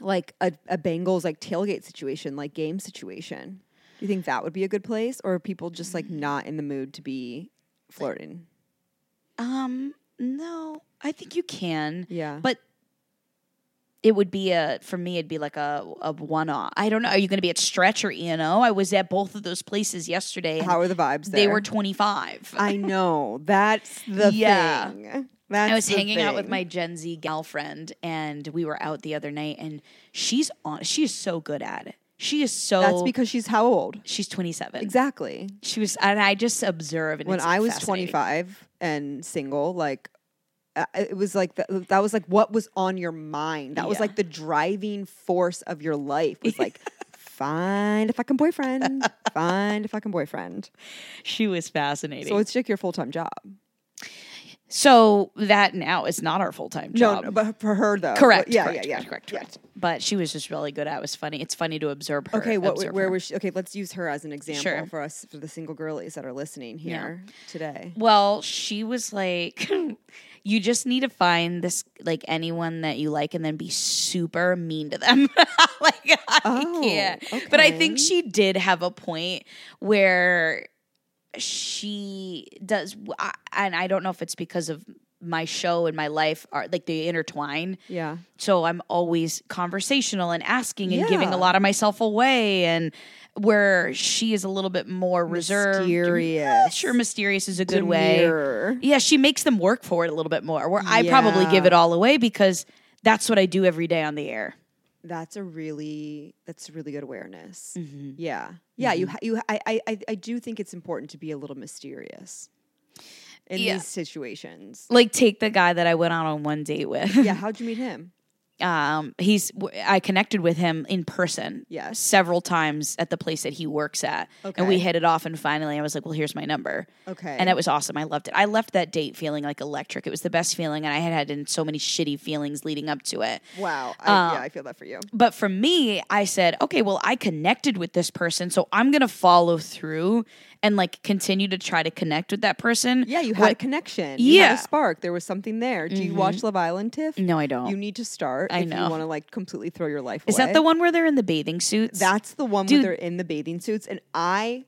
Speaker 1: like a, a Bengals like tailgate situation, like game situation? Do you think that would be a good place, or are people just like not in the mood to be flirting?
Speaker 2: Um. No, I think you can.
Speaker 1: Yeah,
Speaker 2: But it would be a for me. It'd be like a a one off. I don't know. Are you going to be at Stretch or E and O? I was at both of those places yesterday. and
Speaker 1: how are the vibes? There?
Speaker 2: they were twenty five. I,
Speaker 1: I know that's the
Speaker 2: Yeah.
Speaker 1: thing. That's
Speaker 2: was
Speaker 1: the
Speaker 2: hanging out with
Speaker 1: thing.
Speaker 2: my Gen Z gal friend, and we were out the other night, and she's on. She is so good at it. She is so.
Speaker 1: That's because she's how old?
Speaker 2: she's twenty seven.
Speaker 1: Exactly.
Speaker 2: She was, and I just observe. And
Speaker 1: when
Speaker 2: it's
Speaker 1: I was
Speaker 2: fascinating.
Speaker 1: 25 and single, like uh, it was like th- that was like what was on your mind. That was
Speaker 2: Yeah.
Speaker 1: like the driving force of your life. Was
Speaker 2: [LAUGHS]
Speaker 1: like find a fucking boyfriend, find a fucking boyfriend.
Speaker 2: she was fascinating.
Speaker 1: So it's like your full time job.
Speaker 2: So that now is not our full time
Speaker 1: No,
Speaker 2: job.
Speaker 1: no, but for her though,
Speaker 2: Correct.
Speaker 1: Yeah,
Speaker 2: correct,
Speaker 1: yeah, yeah,
Speaker 2: Correct. Correct.
Speaker 1: yeah.
Speaker 2: correct. But she was just really good at. It It was funny. It's funny to observe her.
Speaker 1: Okay, what?
Speaker 2: observe
Speaker 1: Where
Speaker 2: her.
Speaker 1: was she? Okay, let's use her as an example
Speaker 2: Sure.
Speaker 1: for us for the single girlies that are listening
Speaker 2: Yeah.
Speaker 1: here today.
Speaker 2: Well, she was like, [LAUGHS] you just need to find this like anyone that you like, and then be super mean to them. [LAUGHS] like I
Speaker 1: Oh,
Speaker 2: can't. But I
Speaker 1: okay.
Speaker 2: think she did have a point where she does, I- and I don't know if it's because of my show and my life are like they intertwine.
Speaker 1: Yeah,
Speaker 2: so I'm always conversational and asking and giving
Speaker 1: Yeah.
Speaker 2: a lot of myself away and where she is a little bit more reserved. Yeah,
Speaker 1: Mysterious.
Speaker 2: Sure, mysterious is a good way.
Speaker 1: Demure.
Speaker 2: Yeah, she makes them work for it a little bit more. Where I probably give
Speaker 1: Yeah.
Speaker 2: it all away because that's what I do every day on the air.
Speaker 1: that's a really that's a really good awareness.
Speaker 2: Mm-hmm.
Speaker 1: Yeah, yeah. You ha- you ha- I, I I I do think it's important to be a little mysterious in
Speaker 2: Yeah.
Speaker 1: these situations.
Speaker 2: Like take the guy that I went out on one date with.
Speaker 1: yeah, how'd you meet him?
Speaker 2: [LAUGHS] um, he's w- I connected with him in person.
Speaker 1: Yes.
Speaker 2: Several times at the place that he works at. And
Speaker 1: Okay.
Speaker 2: we hit it off and finally I was like, "Well, here's my number."
Speaker 1: Okay,
Speaker 2: And uh, it was awesome. I loved it. I left that date feeling like electric. It was the best feeling, and I had had in so many shitty feelings leading up to it.
Speaker 1: wow, I,
Speaker 2: uh,
Speaker 1: yeah, I feel that for you.
Speaker 2: But for me, I said, okay, well, I connected with this person, so I'm going to follow through and like continue to try to connect with that person.
Speaker 1: Yeah, you had a
Speaker 2: What-
Speaker 1: connection. You had
Speaker 2: Yeah. Mm-hmm.
Speaker 1: a spark. There was something there. Do you watch Love Island, Tiff?
Speaker 2: No, I don't.
Speaker 1: You need to start
Speaker 2: I
Speaker 1: if you
Speaker 2: know.
Speaker 1: want to like completely throw your life
Speaker 2: Is
Speaker 1: away.
Speaker 2: that the one where they're in the bathing suits?
Speaker 1: That's the one
Speaker 2: Dude.
Speaker 1: where they're in the bathing suits, and I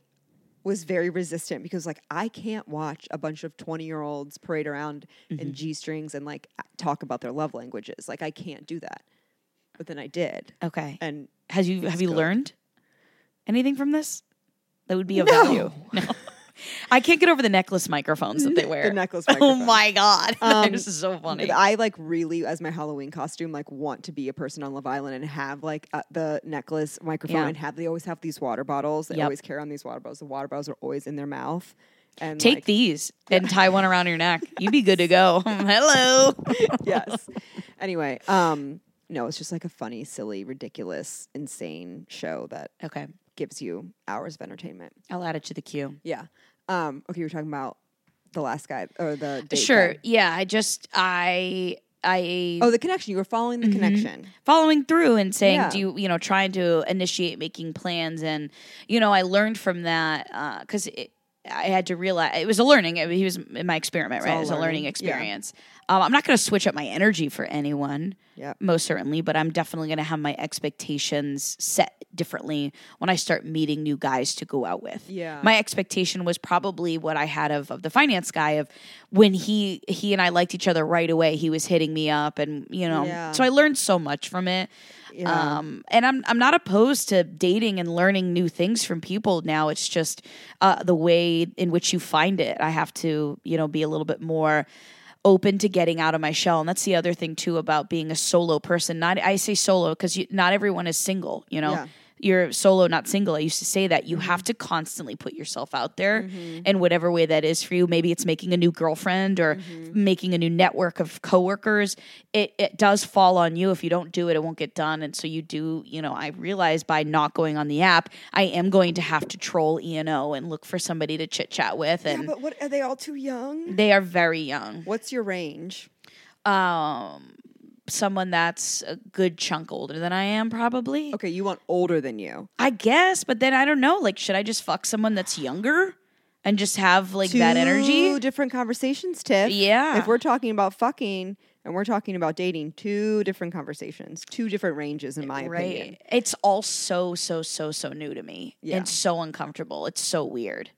Speaker 1: was very resistant because like I can't watch a bunch of twenty year olds parade around
Speaker 2: Mm-hmm.
Speaker 1: in g strings and like a- talk about their love languages. Like I can't do that. But then I did,
Speaker 2: okay.
Speaker 1: and
Speaker 2: Has you have you
Speaker 1: good.
Speaker 2: learned anything from this that would be of
Speaker 1: No.
Speaker 2: value? [LAUGHS]
Speaker 1: [LAUGHS]
Speaker 2: No. I can't get over the necklace microphones that they wear.
Speaker 1: the necklace.
Speaker 2: [LAUGHS] Oh
Speaker 1: microphone.
Speaker 2: my god, [LAUGHS]
Speaker 1: Um,
Speaker 2: this is so funny.
Speaker 1: I like really, as my Halloween costume, like want to be a person on Love Island and have like uh, the necklace microphone
Speaker 2: Yeah.
Speaker 1: and have they always have these water bottles. They
Speaker 2: Yep.
Speaker 1: always carry on these water bottles. The water bottles are always in their mouth. And
Speaker 2: Take
Speaker 1: like,
Speaker 2: these and tie one around your neck. You'd be good to go.
Speaker 1: [LAUGHS]
Speaker 2: [LAUGHS] Hello.
Speaker 1: yes. Anyway, um, no, it's just like a funny, silly, ridiculous, insane show that
Speaker 2: Okay,
Speaker 1: gives you hours of entertainment.
Speaker 2: I'll add it to the queue.
Speaker 1: Yeah. Um, okay, you were talking about the last guy or the date
Speaker 2: Sure.
Speaker 1: guy.
Speaker 2: Yeah. I just I I
Speaker 1: Oh, the connection. You were following
Speaker 2: Mm-hmm.
Speaker 1: the connection.
Speaker 2: following through and saying,
Speaker 1: Yeah.
Speaker 2: do you, you know, trying to initiate making plans. And, you know, I learned from that because it I had to realize it was a learning. It, he was in my experiment,
Speaker 1: It's
Speaker 2: right?
Speaker 1: all
Speaker 2: It was a
Speaker 1: learning,
Speaker 2: learning
Speaker 1: yeah.
Speaker 2: experience. Um, I'm not going to switch up my energy for anyone,
Speaker 1: Yep.
Speaker 2: most certainly, but I'm definitely going to have my expectations set differently when I start meeting new guys to go out with
Speaker 1: Yeah.
Speaker 2: my expectation was probably what I had of of the finance guy of when he he and I liked each other right away. He was hitting me up, and you know,
Speaker 1: Yeah.
Speaker 2: so I learned so much from it.
Speaker 1: Yeah.
Speaker 2: Um, and I'm I'm not opposed to dating and learning new things from people. Now it's just uh, the way in which you find it. I have to you know be a little bit more open to getting out of my shell and that's the other thing too about being a solo person not i say solo because not everyone is single you know
Speaker 1: Yeah.
Speaker 2: you're solo, not single. I used to say that you have to constantly put yourself out there in whatever way that is for you. Maybe it's making a new girlfriend or making a new network of coworkers. It, it does fall on you. If you don't do it, it won't get done. And so you do, you know, I realize by not going on the app, I am going to have to troll E and O and look for somebody to chit chat with.
Speaker 1: yeah,
Speaker 2: And
Speaker 1: but what are they all too young?
Speaker 2: they are very young.
Speaker 1: What's your range?
Speaker 2: Um, someone that's a good chunk older than I am, probably.
Speaker 1: Okay, you want older than you.
Speaker 2: I guess, but then I don't know. Like, should I just fuck someone that's younger and just have like that energy?
Speaker 1: Two different conversations, Tiff.
Speaker 2: Yeah.
Speaker 1: If we're talking about fucking and we're talking about dating, two different conversations, two different ranges, in my opinion.
Speaker 2: Right. It's all so, so, so, so new to me
Speaker 1: Yeah.
Speaker 2: and so uncomfortable. It's so weird.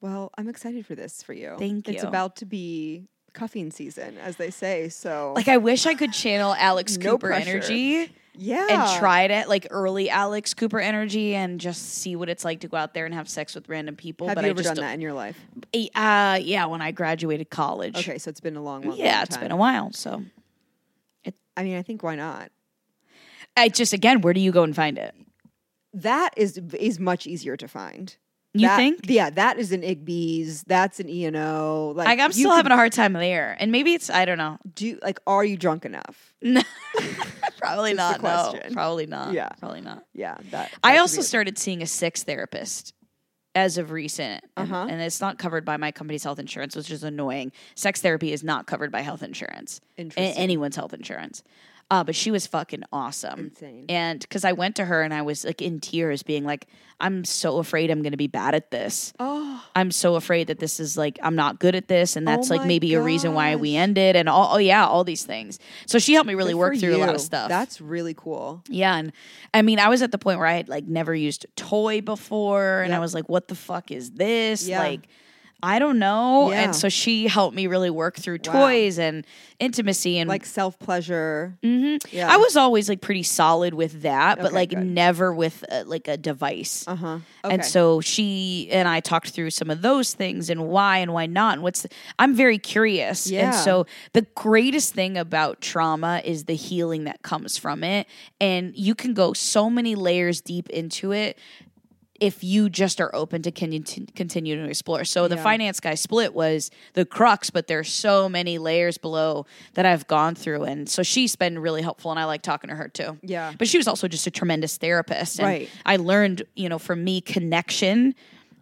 Speaker 1: Well, I'm excited for this for you.
Speaker 2: Thank
Speaker 1: It's
Speaker 2: you.
Speaker 1: about to be cuffing season, as they say. So,
Speaker 2: Like, I wish I
Speaker 1: [LAUGHS]
Speaker 2: could channel Alex
Speaker 1: Oh No
Speaker 2: Cooper
Speaker 1: pressure.
Speaker 2: energy
Speaker 1: yeah.
Speaker 2: and try it like early Alex Cooper energy and just see what it's like to go out there and have sex with random people.
Speaker 1: Have
Speaker 2: but
Speaker 1: you
Speaker 2: I
Speaker 1: ever
Speaker 2: just
Speaker 1: done that in your life?
Speaker 2: don't- Uh, yeah, when I graduated college.
Speaker 1: Okay, so it's been a long, long,
Speaker 2: Yeah,
Speaker 1: long
Speaker 2: it's
Speaker 1: time.
Speaker 2: been a while. So
Speaker 1: I mean, I think why not?
Speaker 2: I just, again, where do you go and find it?
Speaker 1: That is is much easier to find.
Speaker 2: You
Speaker 1: That-
Speaker 2: think?
Speaker 1: Yeah, that is an Igby's. That's an E and O. Like
Speaker 2: Like, I'm
Speaker 1: you
Speaker 2: still
Speaker 1: could
Speaker 2: having a hard time there, and maybe it's I don't know.
Speaker 1: do. Like, are you drunk enough?
Speaker 2: [LAUGHS] Probably
Speaker 1: Is the
Speaker 2: not. No,
Speaker 1: question.
Speaker 2: probably not.
Speaker 1: Yeah.
Speaker 2: probably not.
Speaker 1: Yeah, that.
Speaker 2: I also started seeing a sex therapist as of recent, and,
Speaker 1: Uh-huh.
Speaker 2: and it's not covered by my company's health insurance, which is annoying. Sex therapy is not covered by health insurance, a-
Speaker 1: Interesting.
Speaker 2: anyone's health insurance. Uh, but she was fucking awesome,
Speaker 1: Insane.
Speaker 2: and because I went to her and I was like in tears, being like, "I'm so afraid I'm going to be bad at this."
Speaker 1: Oh,
Speaker 2: I'm so afraid that this is like I'm not good at this, and that's
Speaker 1: Oh
Speaker 2: like
Speaker 1: my
Speaker 2: maybe a reason why we
Speaker 1: gosh.
Speaker 2: ended, and all oh yeah, all these things. So she helped me really
Speaker 1: good
Speaker 2: work
Speaker 1: for
Speaker 2: through a lot
Speaker 1: you.
Speaker 2: of stuff.
Speaker 1: That's really cool.
Speaker 2: yeah, and I mean, I was at the point where I had like never used a toy before, and I
Speaker 1: Yep.
Speaker 2: was like, "What the fuck is this?"
Speaker 1: Yeah.
Speaker 2: Like, I don't know.
Speaker 1: Yeah.
Speaker 2: And so she helped me really work through
Speaker 1: Wow.
Speaker 2: toys and intimacy and
Speaker 1: Like self pleasure.
Speaker 2: hmm
Speaker 1: Yeah.
Speaker 2: Mm. I was always like pretty solid with that, but
Speaker 1: Okay,
Speaker 2: like
Speaker 1: good.
Speaker 2: never with uh like a device.
Speaker 1: Uh huh.
Speaker 2: And so she and I talked through some of those things and why and why not. And what's the, I'm very curious.
Speaker 1: Yeah.
Speaker 2: And so the greatest thing about trauma is the healing that comes from it. And you can go so many layers deep into it if you just are open to con- continue to explore. So the
Speaker 1: Yeah.
Speaker 2: finance guy split was the crux, but there's so many layers below that I've gone through. And so she's been really helpful and I like talking to her too.
Speaker 1: Yeah.
Speaker 2: But she was also just a tremendous therapist. And
Speaker 1: Right.
Speaker 2: I learned, you know, from me, connection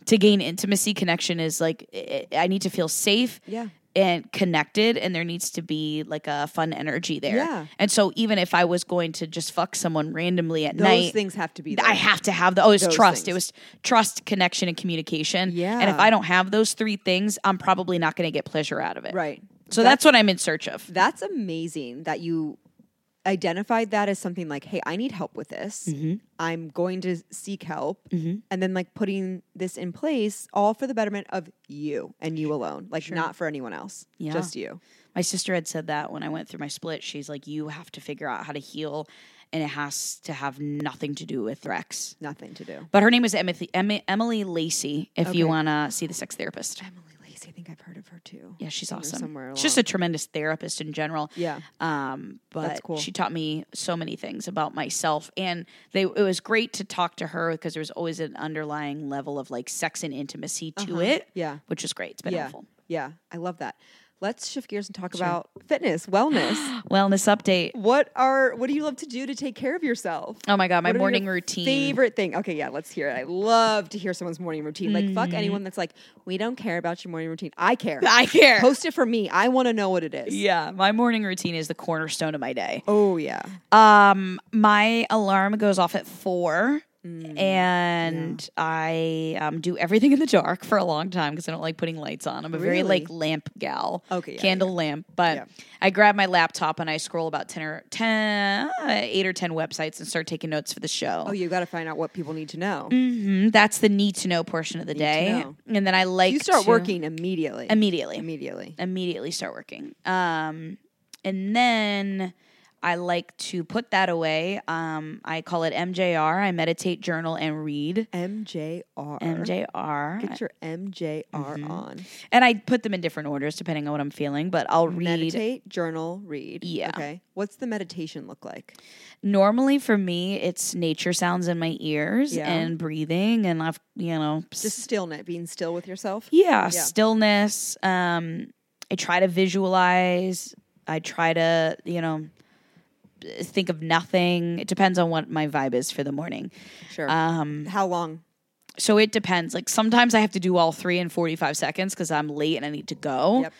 Speaker 2: to gain intimacy, connection is like I I need to feel safe.
Speaker 1: Yeah.
Speaker 2: and connected and there needs to be like a fun energy there.
Speaker 1: Yeah.
Speaker 2: And so even if I was going to just fuck someone randomly at
Speaker 1: Those
Speaker 2: night,
Speaker 1: things have to be there.
Speaker 2: I have to have the oh, it's
Speaker 1: Those
Speaker 2: trust.
Speaker 1: things.
Speaker 2: It was trust, connection, and communication.
Speaker 1: Yeah.
Speaker 2: And if I don't have those three things, I'm probably not going to get pleasure out of it.
Speaker 1: Right.
Speaker 2: So that's, what I'm in search of.
Speaker 1: That's amazing that you identified that as something like, hey, I need help with this. I'm going to seek help. And then, like, putting this in place all for the betterment of you and you alone, like, not for anyone else,
Speaker 2: Yeah.
Speaker 1: just you.
Speaker 2: My sister had said that when I went through my split. She's like, you have to figure out how to heal, and it has to have nothing to do with Rex.
Speaker 1: Nothing to do.
Speaker 2: But her name is Emily, Em- Emily Lacey. If
Speaker 1: Okay.
Speaker 2: you want to see the sex therapist,
Speaker 1: Emily Lacey, I think I've heard of her too.
Speaker 2: yeah, she's
Speaker 1: Seen her
Speaker 2: awesome.
Speaker 1: somewhere
Speaker 2: She's just a tremendous therapist in general.
Speaker 1: Yeah.
Speaker 2: Um, but
Speaker 1: cool.
Speaker 2: she taught me so many things about myself, and they it was great to talk to her because there was always an underlying level of like sex and intimacy to it,
Speaker 1: Yeah.
Speaker 2: which was great. It's been
Speaker 1: Uh-huh. yeah.
Speaker 2: helpful.
Speaker 1: Yeah. I love that. Let's shift gears and talk about fitness, [GASPS] wellness.
Speaker 2: Wellness update.
Speaker 1: what are what do you love to do to take care of yourself?
Speaker 2: Oh my god, my
Speaker 1: What are your
Speaker 2: morning routine.
Speaker 1: Favorite thing. Okay, yeah, let's hear it. I love to hear someone's morning routine. Like fuck
Speaker 2: Mm-hmm.
Speaker 1: anyone that's like, we don't care about your morning routine. I care.
Speaker 2: [LAUGHS] [LAUGHS] I care.
Speaker 1: Post it for me. I want to know what it is.
Speaker 2: yeah, my morning routine is the cornerstone of my day.
Speaker 1: Oh yeah.
Speaker 2: Um, my alarm goes off at four,
Speaker 1: Mm,
Speaker 2: and I um, do everything in the dark for a long time because I don't like putting lights on. I'm a very
Speaker 1: Really?
Speaker 2: like lamp gal,
Speaker 1: Okay, yeah,
Speaker 2: candle lamp. But
Speaker 1: Yeah.
Speaker 2: I grab my laptop and I scroll about ten or ten, uh, eight or ten websites and start taking notes for the show.
Speaker 1: Oh, you got to find out what people need to know.
Speaker 2: hmm That's the need to know portion of the day,
Speaker 1: know.
Speaker 2: and then I like
Speaker 1: You start
Speaker 2: to-
Speaker 1: working immediately.
Speaker 2: immediately
Speaker 1: immediately.
Speaker 2: immediately start working. Um, and then I like to put that away. Um, I call it MJR. I meditate, journal, and read.
Speaker 1: MJR.
Speaker 2: MJR.
Speaker 1: Get your MJR
Speaker 2: Mm-hmm.
Speaker 1: on.
Speaker 2: And I put them in different orders depending on what I'm feeling, but I'll read.
Speaker 1: Meditate, journal, read.
Speaker 2: Yeah.
Speaker 1: Okay. What's the meditation look like?
Speaker 2: Normally for me, it's nature sounds in my ears
Speaker 1: Yeah.
Speaker 2: and breathing, and I've, you know, s-
Speaker 1: Just stillness, being still with yourself.
Speaker 2: yeah,
Speaker 1: Yeah.
Speaker 2: stillness. Um, I try to visualize. I try to, you know, think of nothing. It depends on what my vibe is for the morning.
Speaker 1: Sure.
Speaker 2: Um,
Speaker 1: How long?
Speaker 2: so it depends. Like sometimes I have to do all three in 45 seconds because I'm late and I need to go. uh,
Speaker 1: Yep.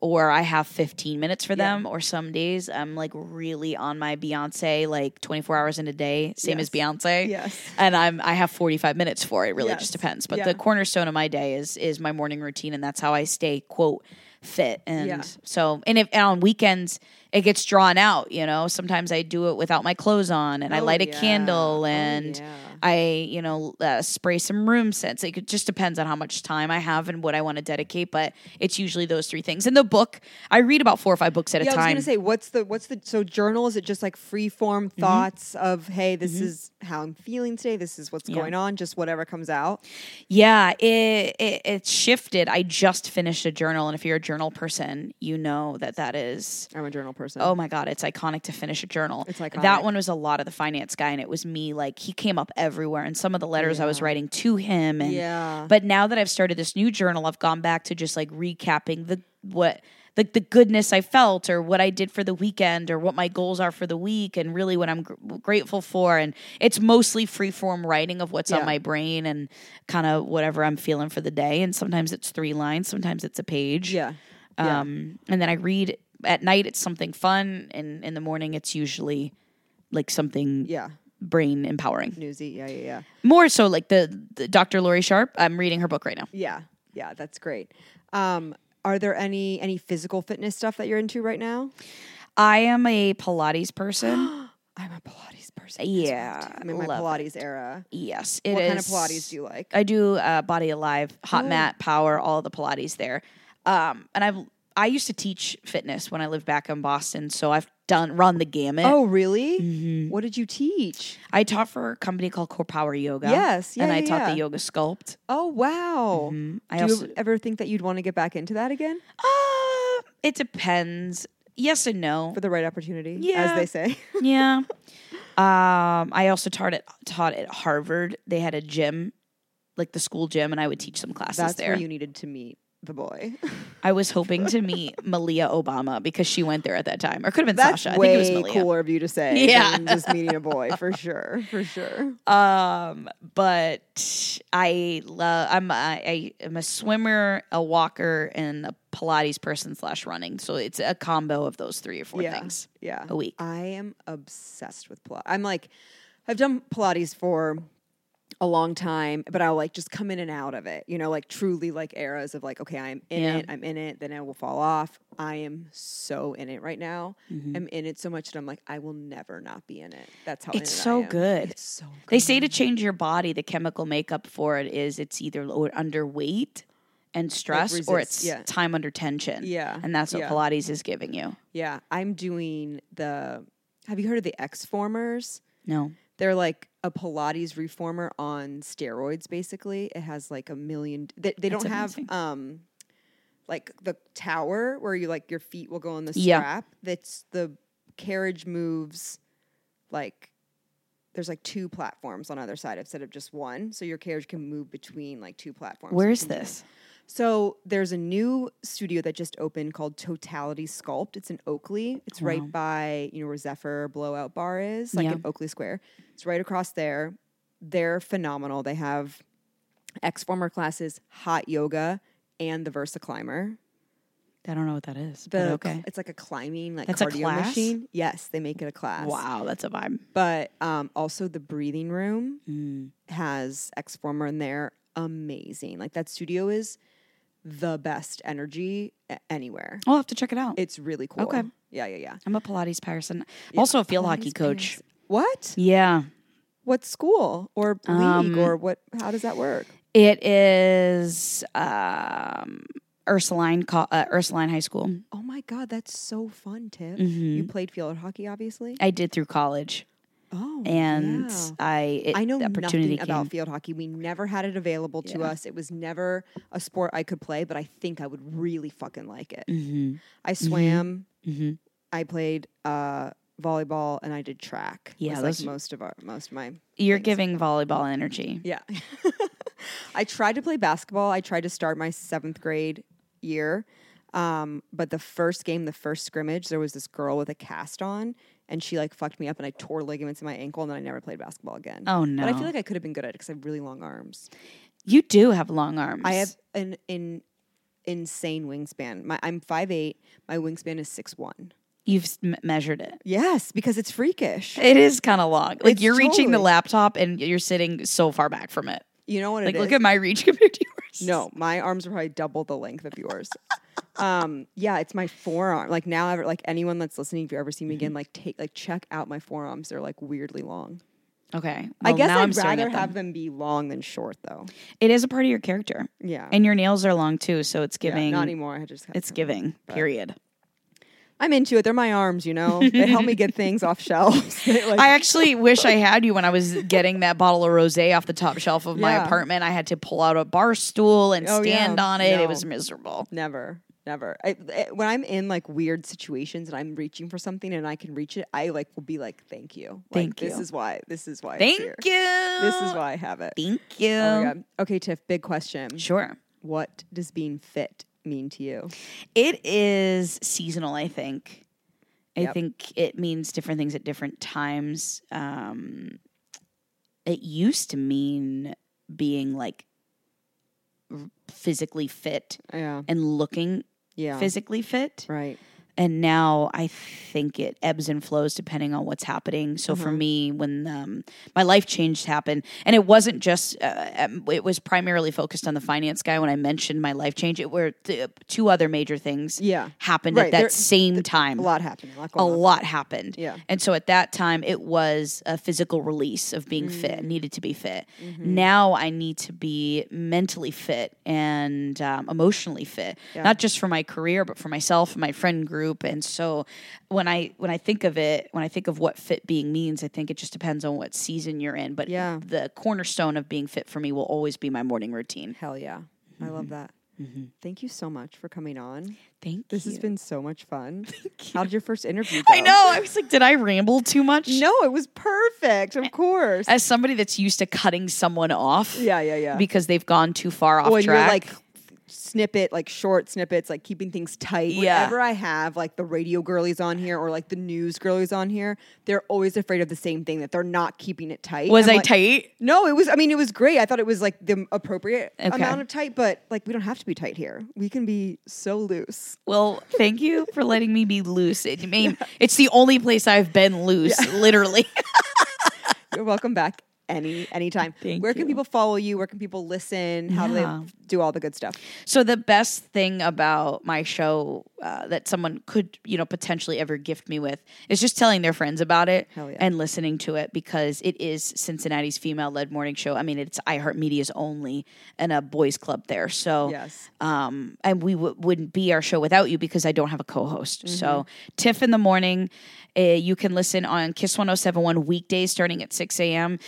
Speaker 2: Or I have 15 minutes for
Speaker 1: Yeah.
Speaker 2: them. Or some days I'm like really on my Beyonce, like 24 hours in a day, same as
Speaker 1: Yes.
Speaker 2: Beyonce.
Speaker 1: Yes.
Speaker 2: And I'm I have 45 minutes for it. It Really, just
Speaker 1: Yes.
Speaker 2: depends. But
Speaker 1: Yeah.
Speaker 2: the cornerstone of my day is is my morning routine, and that's how I stay quote fit. And
Speaker 1: Yeah.
Speaker 2: so, and if and on weekends it gets drawn out. You know, sometimes I do it without my clothes on, and I
Speaker 1: Oh,
Speaker 2: light a
Speaker 1: yeah.
Speaker 2: candle,
Speaker 1: Oh,
Speaker 2: and
Speaker 1: yeah.
Speaker 2: I, you know, uh, spray some room scents. It could- just depends on how much time I have and what I want to dedicate, but it's usually those three things. In the book, I read about four or five books at
Speaker 1: Yeah, I
Speaker 2: a
Speaker 1: was
Speaker 2: time. Mm-hmm.
Speaker 1: gonna say, what's the what's the so journal? Is it just like free form thoughts of hey, this is how I'm feeling today. This is what's going on. Just whatever comes out.
Speaker 2: yeah, it, it it shifted. I just finished a journal, and if you're a journal person, you know that that is.
Speaker 1: I'm a journal person.
Speaker 2: Oh my god, it's iconic to finish a journal.
Speaker 1: It's iconic.
Speaker 2: That one was a lot of the finance guy, and it was me. Like he came up everywhere, and some of the letters I was writing to him, and
Speaker 1: yeah.
Speaker 2: But now that I've started this new journal, I've gone back to just like recapping the what like the goodness I felt or what I did for the weekend or what my goals are for the week and really what I'm gr- grateful for and it's mostly free form writing of what's
Speaker 1: Yeah.
Speaker 2: on my brain and kind of whatever I'm feeling for the day and sometimes it's three lines, sometimes it's a page.
Speaker 1: yeah. Yeah.
Speaker 2: Um and then I read at night it's something fun and in the morning it's usually like something
Speaker 1: yeah.
Speaker 2: brain empowering.
Speaker 1: Newsy. Yeah. Yeah. Yeah.
Speaker 2: More so like the, the Dr. Lori Sharp, I'm reading her book right now.
Speaker 1: Yeah. Yeah. That's great. Um, are there any any physical fitness stuff that you're into right now?
Speaker 2: I am a Pilates person.
Speaker 1: [GASPS] I'm a Pilates person. as well,
Speaker 2: Yeah,
Speaker 1: too. I'm in my
Speaker 2: love
Speaker 1: Pilates era.
Speaker 2: yes, it is.
Speaker 1: what kind of Pilates do you Oh. like?
Speaker 2: I do uh, Body Alive, Hot Mat, Power, all the Pilates there. Um, and I've I used to teach fitness when I lived back in Boston, so I've done run the gamut.
Speaker 1: oh, really?
Speaker 2: Mm-hmm.
Speaker 1: What did you teach?
Speaker 2: I taught for a company called Core Power Yoga.
Speaker 1: Yes, yeah,
Speaker 2: and I
Speaker 1: yeah,
Speaker 2: taught
Speaker 1: yeah.
Speaker 2: the yoga sculpt.
Speaker 1: Oh, wow.
Speaker 2: Mm-hmm. I
Speaker 1: Do
Speaker 2: also
Speaker 1: you ever think that you'd want to get back into that again
Speaker 2: uh, it depends. Yes and no.
Speaker 1: [LAUGHS] for the right opportunity, as
Speaker 2: Yeah.
Speaker 1: they
Speaker 2: [LAUGHS]
Speaker 1: say?
Speaker 2: yeah. Um, I also taught at taught at Harvard. They had a gym, like the school gym, and I would teach some classes
Speaker 1: That's
Speaker 2: there.
Speaker 1: where you needed to meet the boy.
Speaker 2: I was hoping to meet
Speaker 1: [LAUGHS]
Speaker 2: Malia Obama because she went there at that time, or could have been
Speaker 1: That's
Speaker 2: Sasha. I
Speaker 1: way
Speaker 2: think it was Malia.
Speaker 1: cooler of you to say
Speaker 2: [LAUGHS] Yeah.
Speaker 1: than just meeting a boy
Speaker 2: [LAUGHS]
Speaker 1: for sure, for sure.
Speaker 2: Um, but I love. I'm I, I am a swimmer, a walker, and a Pilates person slash running. So it's a combo of those three or four things.
Speaker 1: Yeah.
Speaker 2: a week.
Speaker 1: I am obsessed with Pilates. I'm like, I've done Pilates for a long time, but I'll like just come in and out of it, you know, like truly like eras of like, okay, I'm in
Speaker 2: Yeah.
Speaker 1: it, I'm in it, then I will fall off. I am so in it right now.
Speaker 2: Mm-hmm.
Speaker 1: I'm in it so much that I'm like, I will never not be in it. That's how in
Speaker 2: It's
Speaker 1: it I
Speaker 2: so
Speaker 1: am.
Speaker 2: good.
Speaker 1: It's so good.
Speaker 2: They say to change your body, the chemical makeup for it is it's either low- underweight and stress or
Speaker 1: resist-
Speaker 2: it's
Speaker 1: yeah.
Speaker 2: time under tension.
Speaker 1: Yeah,
Speaker 2: And that's what
Speaker 1: yeah.
Speaker 2: Pilates is giving you.
Speaker 1: yeah, I'm doing the. Have you heard of the X Formers?
Speaker 2: No.
Speaker 1: They're like a Pilates reformer on steroids, basically. It has like a million. They, they don't have
Speaker 2: amazing.
Speaker 1: um, like the tower where you like your feet will go on the
Speaker 2: Yeah.
Speaker 1: strap. That's the carriage moves like there's like two platforms on either side instead of just one. So your carriage can move between like two platforms. So you
Speaker 2: Where is
Speaker 1: can do it.
Speaker 2: this?
Speaker 1: So there's a new studio that just opened called Totality Sculpt. It's in Oakley. It's
Speaker 2: Wow.
Speaker 1: right by you know where Zephyr Blowout Bar is, like
Speaker 2: Yeah.
Speaker 1: in Oakley Square. It's right across there. They're phenomenal. They have X former classes, hot yoga, and the Versa Climber.
Speaker 2: I don't know what that is.
Speaker 1: The
Speaker 2: but okay.
Speaker 1: it's like a climbing like
Speaker 2: That's a
Speaker 1: cardio
Speaker 2: class?
Speaker 1: machine. Yes, they make it a class.
Speaker 2: Wow, that's a vibe.
Speaker 1: But um, also the breathing room
Speaker 2: Mm.
Speaker 1: has X Former in there. Amazing. Like that studio is the best energy a- anywhere.
Speaker 2: I'll have to check it out.
Speaker 1: It's really cool.
Speaker 2: Okay.
Speaker 1: Yeah, yeah, yeah.
Speaker 2: I'm a Pilates person. I'm also a field hockey
Speaker 1: Pilates
Speaker 2: coach.
Speaker 1: parents. What?
Speaker 2: Yeah.
Speaker 1: What school or league
Speaker 2: Um,
Speaker 1: or what? How does that work?
Speaker 2: It is um, Ursuline Co- uh, Ursuline High School.
Speaker 1: Oh my God, that's so fun, Tip.
Speaker 2: Mhm.
Speaker 1: You played field hockey, obviously.
Speaker 2: I did through college,
Speaker 1: Oh,
Speaker 2: and
Speaker 1: yeah.
Speaker 2: I it,
Speaker 1: I know
Speaker 2: the opportunity
Speaker 1: nothing about
Speaker 2: came.
Speaker 1: field hockey. We never had it available to
Speaker 2: Yeah.
Speaker 1: us. It was never a sport I could play, but I think I would really fucking like it.
Speaker 2: Mhm.
Speaker 1: I swam.
Speaker 2: Mhm.
Speaker 1: I played uh, volleyball and I did track.
Speaker 2: Yeah,
Speaker 1: was
Speaker 2: those-
Speaker 1: like most of our most of my
Speaker 2: You're
Speaker 1: things.
Speaker 2: giving volleyball energy.
Speaker 1: yeah. [LAUGHS] I tried to play basketball. I tried to start my seventh grade year, um, but the first game, the first scrimmage, there was this girl with a cast on, and she like fucked me up, and I tore ligaments in my ankle, and then I never played basketball again.
Speaker 2: Oh no!
Speaker 1: But I feel like I could have been good at it because I have really long arms.
Speaker 2: you do have long arms.
Speaker 1: I have an, an insane wingspan. My, I'm 5'8. My wingspan is 6'1.
Speaker 2: You've s- m- measured it.
Speaker 1: Yes, because it's freakish.
Speaker 2: It is kind of long. Like
Speaker 1: It's
Speaker 2: you're reaching the
Speaker 1: totally-
Speaker 2: laptop and you're sitting so far back from it.
Speaker 1: You know what
Speaker 2: Like
Speaker 1: it is?
Speaker 2: look at my reach [LAUGHS] compared to yours.
Speaker 1: No, my arms are probably double the length of yours. um, yeah, it's my forearm. Like now, ever like anyone that's listening, if you ever see me
Speaker 2: Mm-hmm.
Speaker 1: again, like take like check out my forearms. They're like weirdly long.
Speaker 2: Okay.
Speaker 1: I
Speaker 2: Well,
Speaker 1: guess
Speaker 2: now am
Speaker 1: I'd
Speaker 2: staring
Speaker 1: rather
Speaker 2: at them.
Speaker 1: have them be long than short, though.
Speaker 2: It is a part of your character,
Speaker 1: Yeah,
Speaker 2: and your nails are long too. So it's
Speaker 1: Yeah,
Speaker 2: giving.
Speaker 1: not anymore. I just have
Speaker 2: it's
Speaker 1: them.
Speaker 2: giving. Period.
Speaker 1: I'm into it. They're my arms. You know, they help me get things off shelves. [LAUGHS] They, like,
Speaker 2: I actually wish I had you when I was getting that bottle of rosé off the top shelf of my
Speaker 1: Yeah.
Speaker 2: apartment. I had to pull out a bar stool and
Speaker 1: Oh, yeah.
Speaker 2: stand on it. It
Speaker 1: No.
Speaker 2: was miserable.
Speaker 1: Never, never. I, I- when I'm in like weird situations and I'm reaching for something and I can reach it, I like will be like, "Thank you, Like,
Speaker 2: Thank
Speaker 1: This
Speaker 2: you.
Speaker 1: is why. This is why.
Speaker 2: Thank
Speaker 1: it's
Speaker 2: you.
Speaker 1: here. This is why I have it.
Speaker 2: Thank you.
Speaker 1: Oh my god. Okay, Tiff. Big question.
Speaker 2: Sure.
Speaker 1: What does being fit mean to you?
Speaker 2: It is seasonal, I think. I
Speaker 1: Yep.
Speaker 2: think it means different things at different times. Um, it used to mean being like r- physically fit
Speaker 1: Yeah.
Speaker 2: and looking
Speaker 1: Yeah.
Speaker 2: physically fit.
Speaker 1: Right.
Speaker 2: and now I think it ebbs and flows depending on what's happening. So for
Speaker 1: Mhm.
Speaker 2: me, when um, my life change happened, and it wasn't just uh, um, it was primarily focused on the finance guy. When I mentioned my life change, it were th- two other major things
Speaker 1: Yeah.
Speaker 2: happened at
Speaker 1: Right,
Speaker 2: that
Speaker 1: there-
Speaker 2: same time.
Speaker 1: A lot happened. A lot
Speaker 2: A
Speaker 1: going on.
Speaker 2: lot happened.
Speaker 1: Yeah.
Speaker 2: And so at that time, it was a physical release of being fit. I
Speaker 1: Mm-hmm.
Speaker 2: needed to be fit. Now I need to be mentally fit and um, emotionally fit,
Speaker 1: Yeah.
Speaker 2: not just for my career, but for myself, my friend group. And so when I when I think of it, when I think of what fit being means, I think it just depends on what season you're in. But
Speaker 1: Yeah.
Speaker 2: the cornerstone of being fit for me will always be my morning routine.
Speaker 1: Hell yeah. I love that. Thank you so much for coming on.
Speaker 2: Mm-hmm. Thank
Speaker 1: This
Speaker 2: you.
Speaker 1: has been so much
Speaker 2: [LAUGHS]
Speaker 1: fun. How did your first interview go?
Speaker 2: I know. I was like, did I ramble too much?
Speaker 1: No, it was perfect.
Speaker 2: [LAUGHS]
Speaker 1: Of course.
Speaker 2: As somebody that's used to cutting someone off.
Speaker 1: yeah, yeah, yeah.
Speaker 2: because they've gone too far off
Speaker 1: when
Speaker 2: track.
Speaker 1: you're like snippet, like short snippets, like keeping things tight.
Speaker 2: Yeah.
Speaker 1: Whenever I have like the radio girlies on here or like the news girlies on here, they're always afraid of the same thing that they're not keeping it tight.
Speaker 2: Was
Speaker 1: I'm
Speaker 2: I
Speaker 1: like,
Speaker 2: tight?
Speaker 1: No, it was. I mean, it was great. I thought it was like the appropriate
Speaker 2: Okay.
Speaker 1: amount of tight, but like we don't have to be tight here. We can be so loose.
Speaker 2: Well, thank you for letting me be loose. It mean, it's the only place I've been loose,
Speaker 1: [LAUGHS]
Speaker 2: literally.
Speaker 1: You're welcome back any anytime.
Speaker 2: [LAUGHS] Thank
Speaker 1: Where can
Speaker 2: you.
Speaker 1: people follow you? Where can people listen? How
Speaker 2: Yeah.
Speaker 1: do they do all the good stuff?
Speaker 2: So the best thing about my show uh, that someone could, you know, potentially ever gift me with is just telling their friends about it
Speaker 1: Hell yeah.
Speaker 2: and listening to it because it is Cincinnati's female-led morning show. I mean, it's iHeartMedia's only and a boys club there. So
Speaker 1: Yes.
Speaker 2: um, and we w- wouldn't be our show without you because I don't have a co-host. So
Speaker 1: Mm-hmm.
Speaker 2: Tiff in the morning, uh, you can listen on Kiss 107.1 weekdays starting at 6 a.m.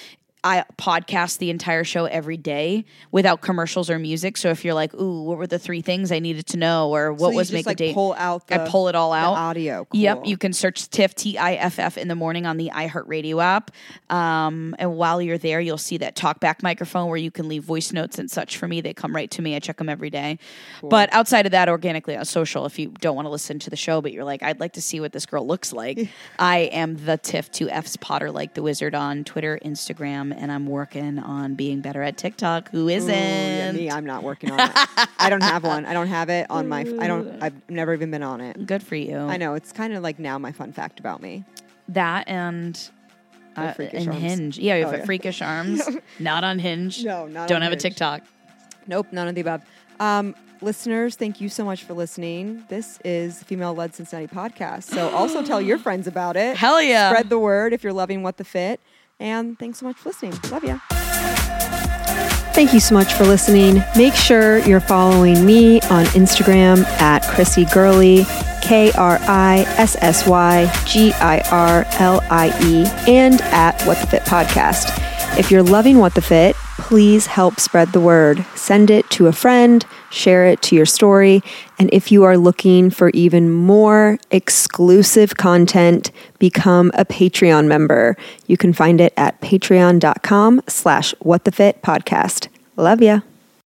Speaker 2: I podcast the entire show every day without commercials or music. So if you're like, "Ooh, what were the three things I needed to know?" or "What
Speaker 1: So you
Speaker 2: was
Speaker 1: just,
Speaker 2: make
Speaker 1: like,
Speaker 2: a date?"
Speaker 1: pull out the
Speaker 2: I pull it all
Speaker 1: the
Speaker 2: out.
Speaker 1: audio.
Speaker 2: Yep,
Speaker 1: Cool.
Speaker 2: you can search TIFF T I F F in the morning on the iHeartRadio app, um, and while you're there, you'll see that talkback microphone where you can leave voice notes and such for me. They come right to me. I check them every day. But outside of that, organically on social, if you don't want to listen to the show, but you're like, I'd like to see what this girl looks like. I am the TIFF two F's Potter like the wizard on Twitter, Instagram, and I'm working on being better at TikTok. Who isn't?
Speaker 1: Ooh, yeah, me, I'm not working on it. I don't have one. I don't have it on my. I
Speaker 2: [LAUGHS]
Speaker 1: don't. I've never even been on it.
Speaker 2: Good for you.
Speaker 1: I know it's kind of like now my fun fact about me.
Speaker 2: That and uh,
Speaker 1: freakish
Speaker 2: and
Speaker 1: arms.
Speaker 2: Hinge. Yeah, you've
Speaker 1: Oh,
Speaker 2: got
Speaker 1: yeah.
Speaker 2: freakish arms.
Speaker 1: [LAUGHS]
Speaker 2: not on Hinge.
Speaker 1: No, not
Speaker 2: Don't
Speaker 1: on
Speaker 2: have
Speaker 1: Hinge.
Speaker 2: a TikTok.
Speaker 1: Nope, none of the above. Um, listeners, thank you so much for listening. This is Female Led Cincinnati podcast. So also tell
Speaker 2: [GASPS]
Speaker 1: your friends about it.
Speaker 2: Hell yeah.
Speaker 1: Spread the word if you're loving What the Fit. And thanks so much for listening. Love ya. Thank you so much for listening. Make sure you're following me on Instagram at Chrissy Gurley, K R I S S Y G I R L I E, and at What the Fit Podcast. If you're loving What the Fit, please help spread the word. Send it to a friend, share it to your story. And if you are looking for even more exclusive content, become a Patreon member. You can find it at patreon.com slash whatthefitpodcast. Love ya.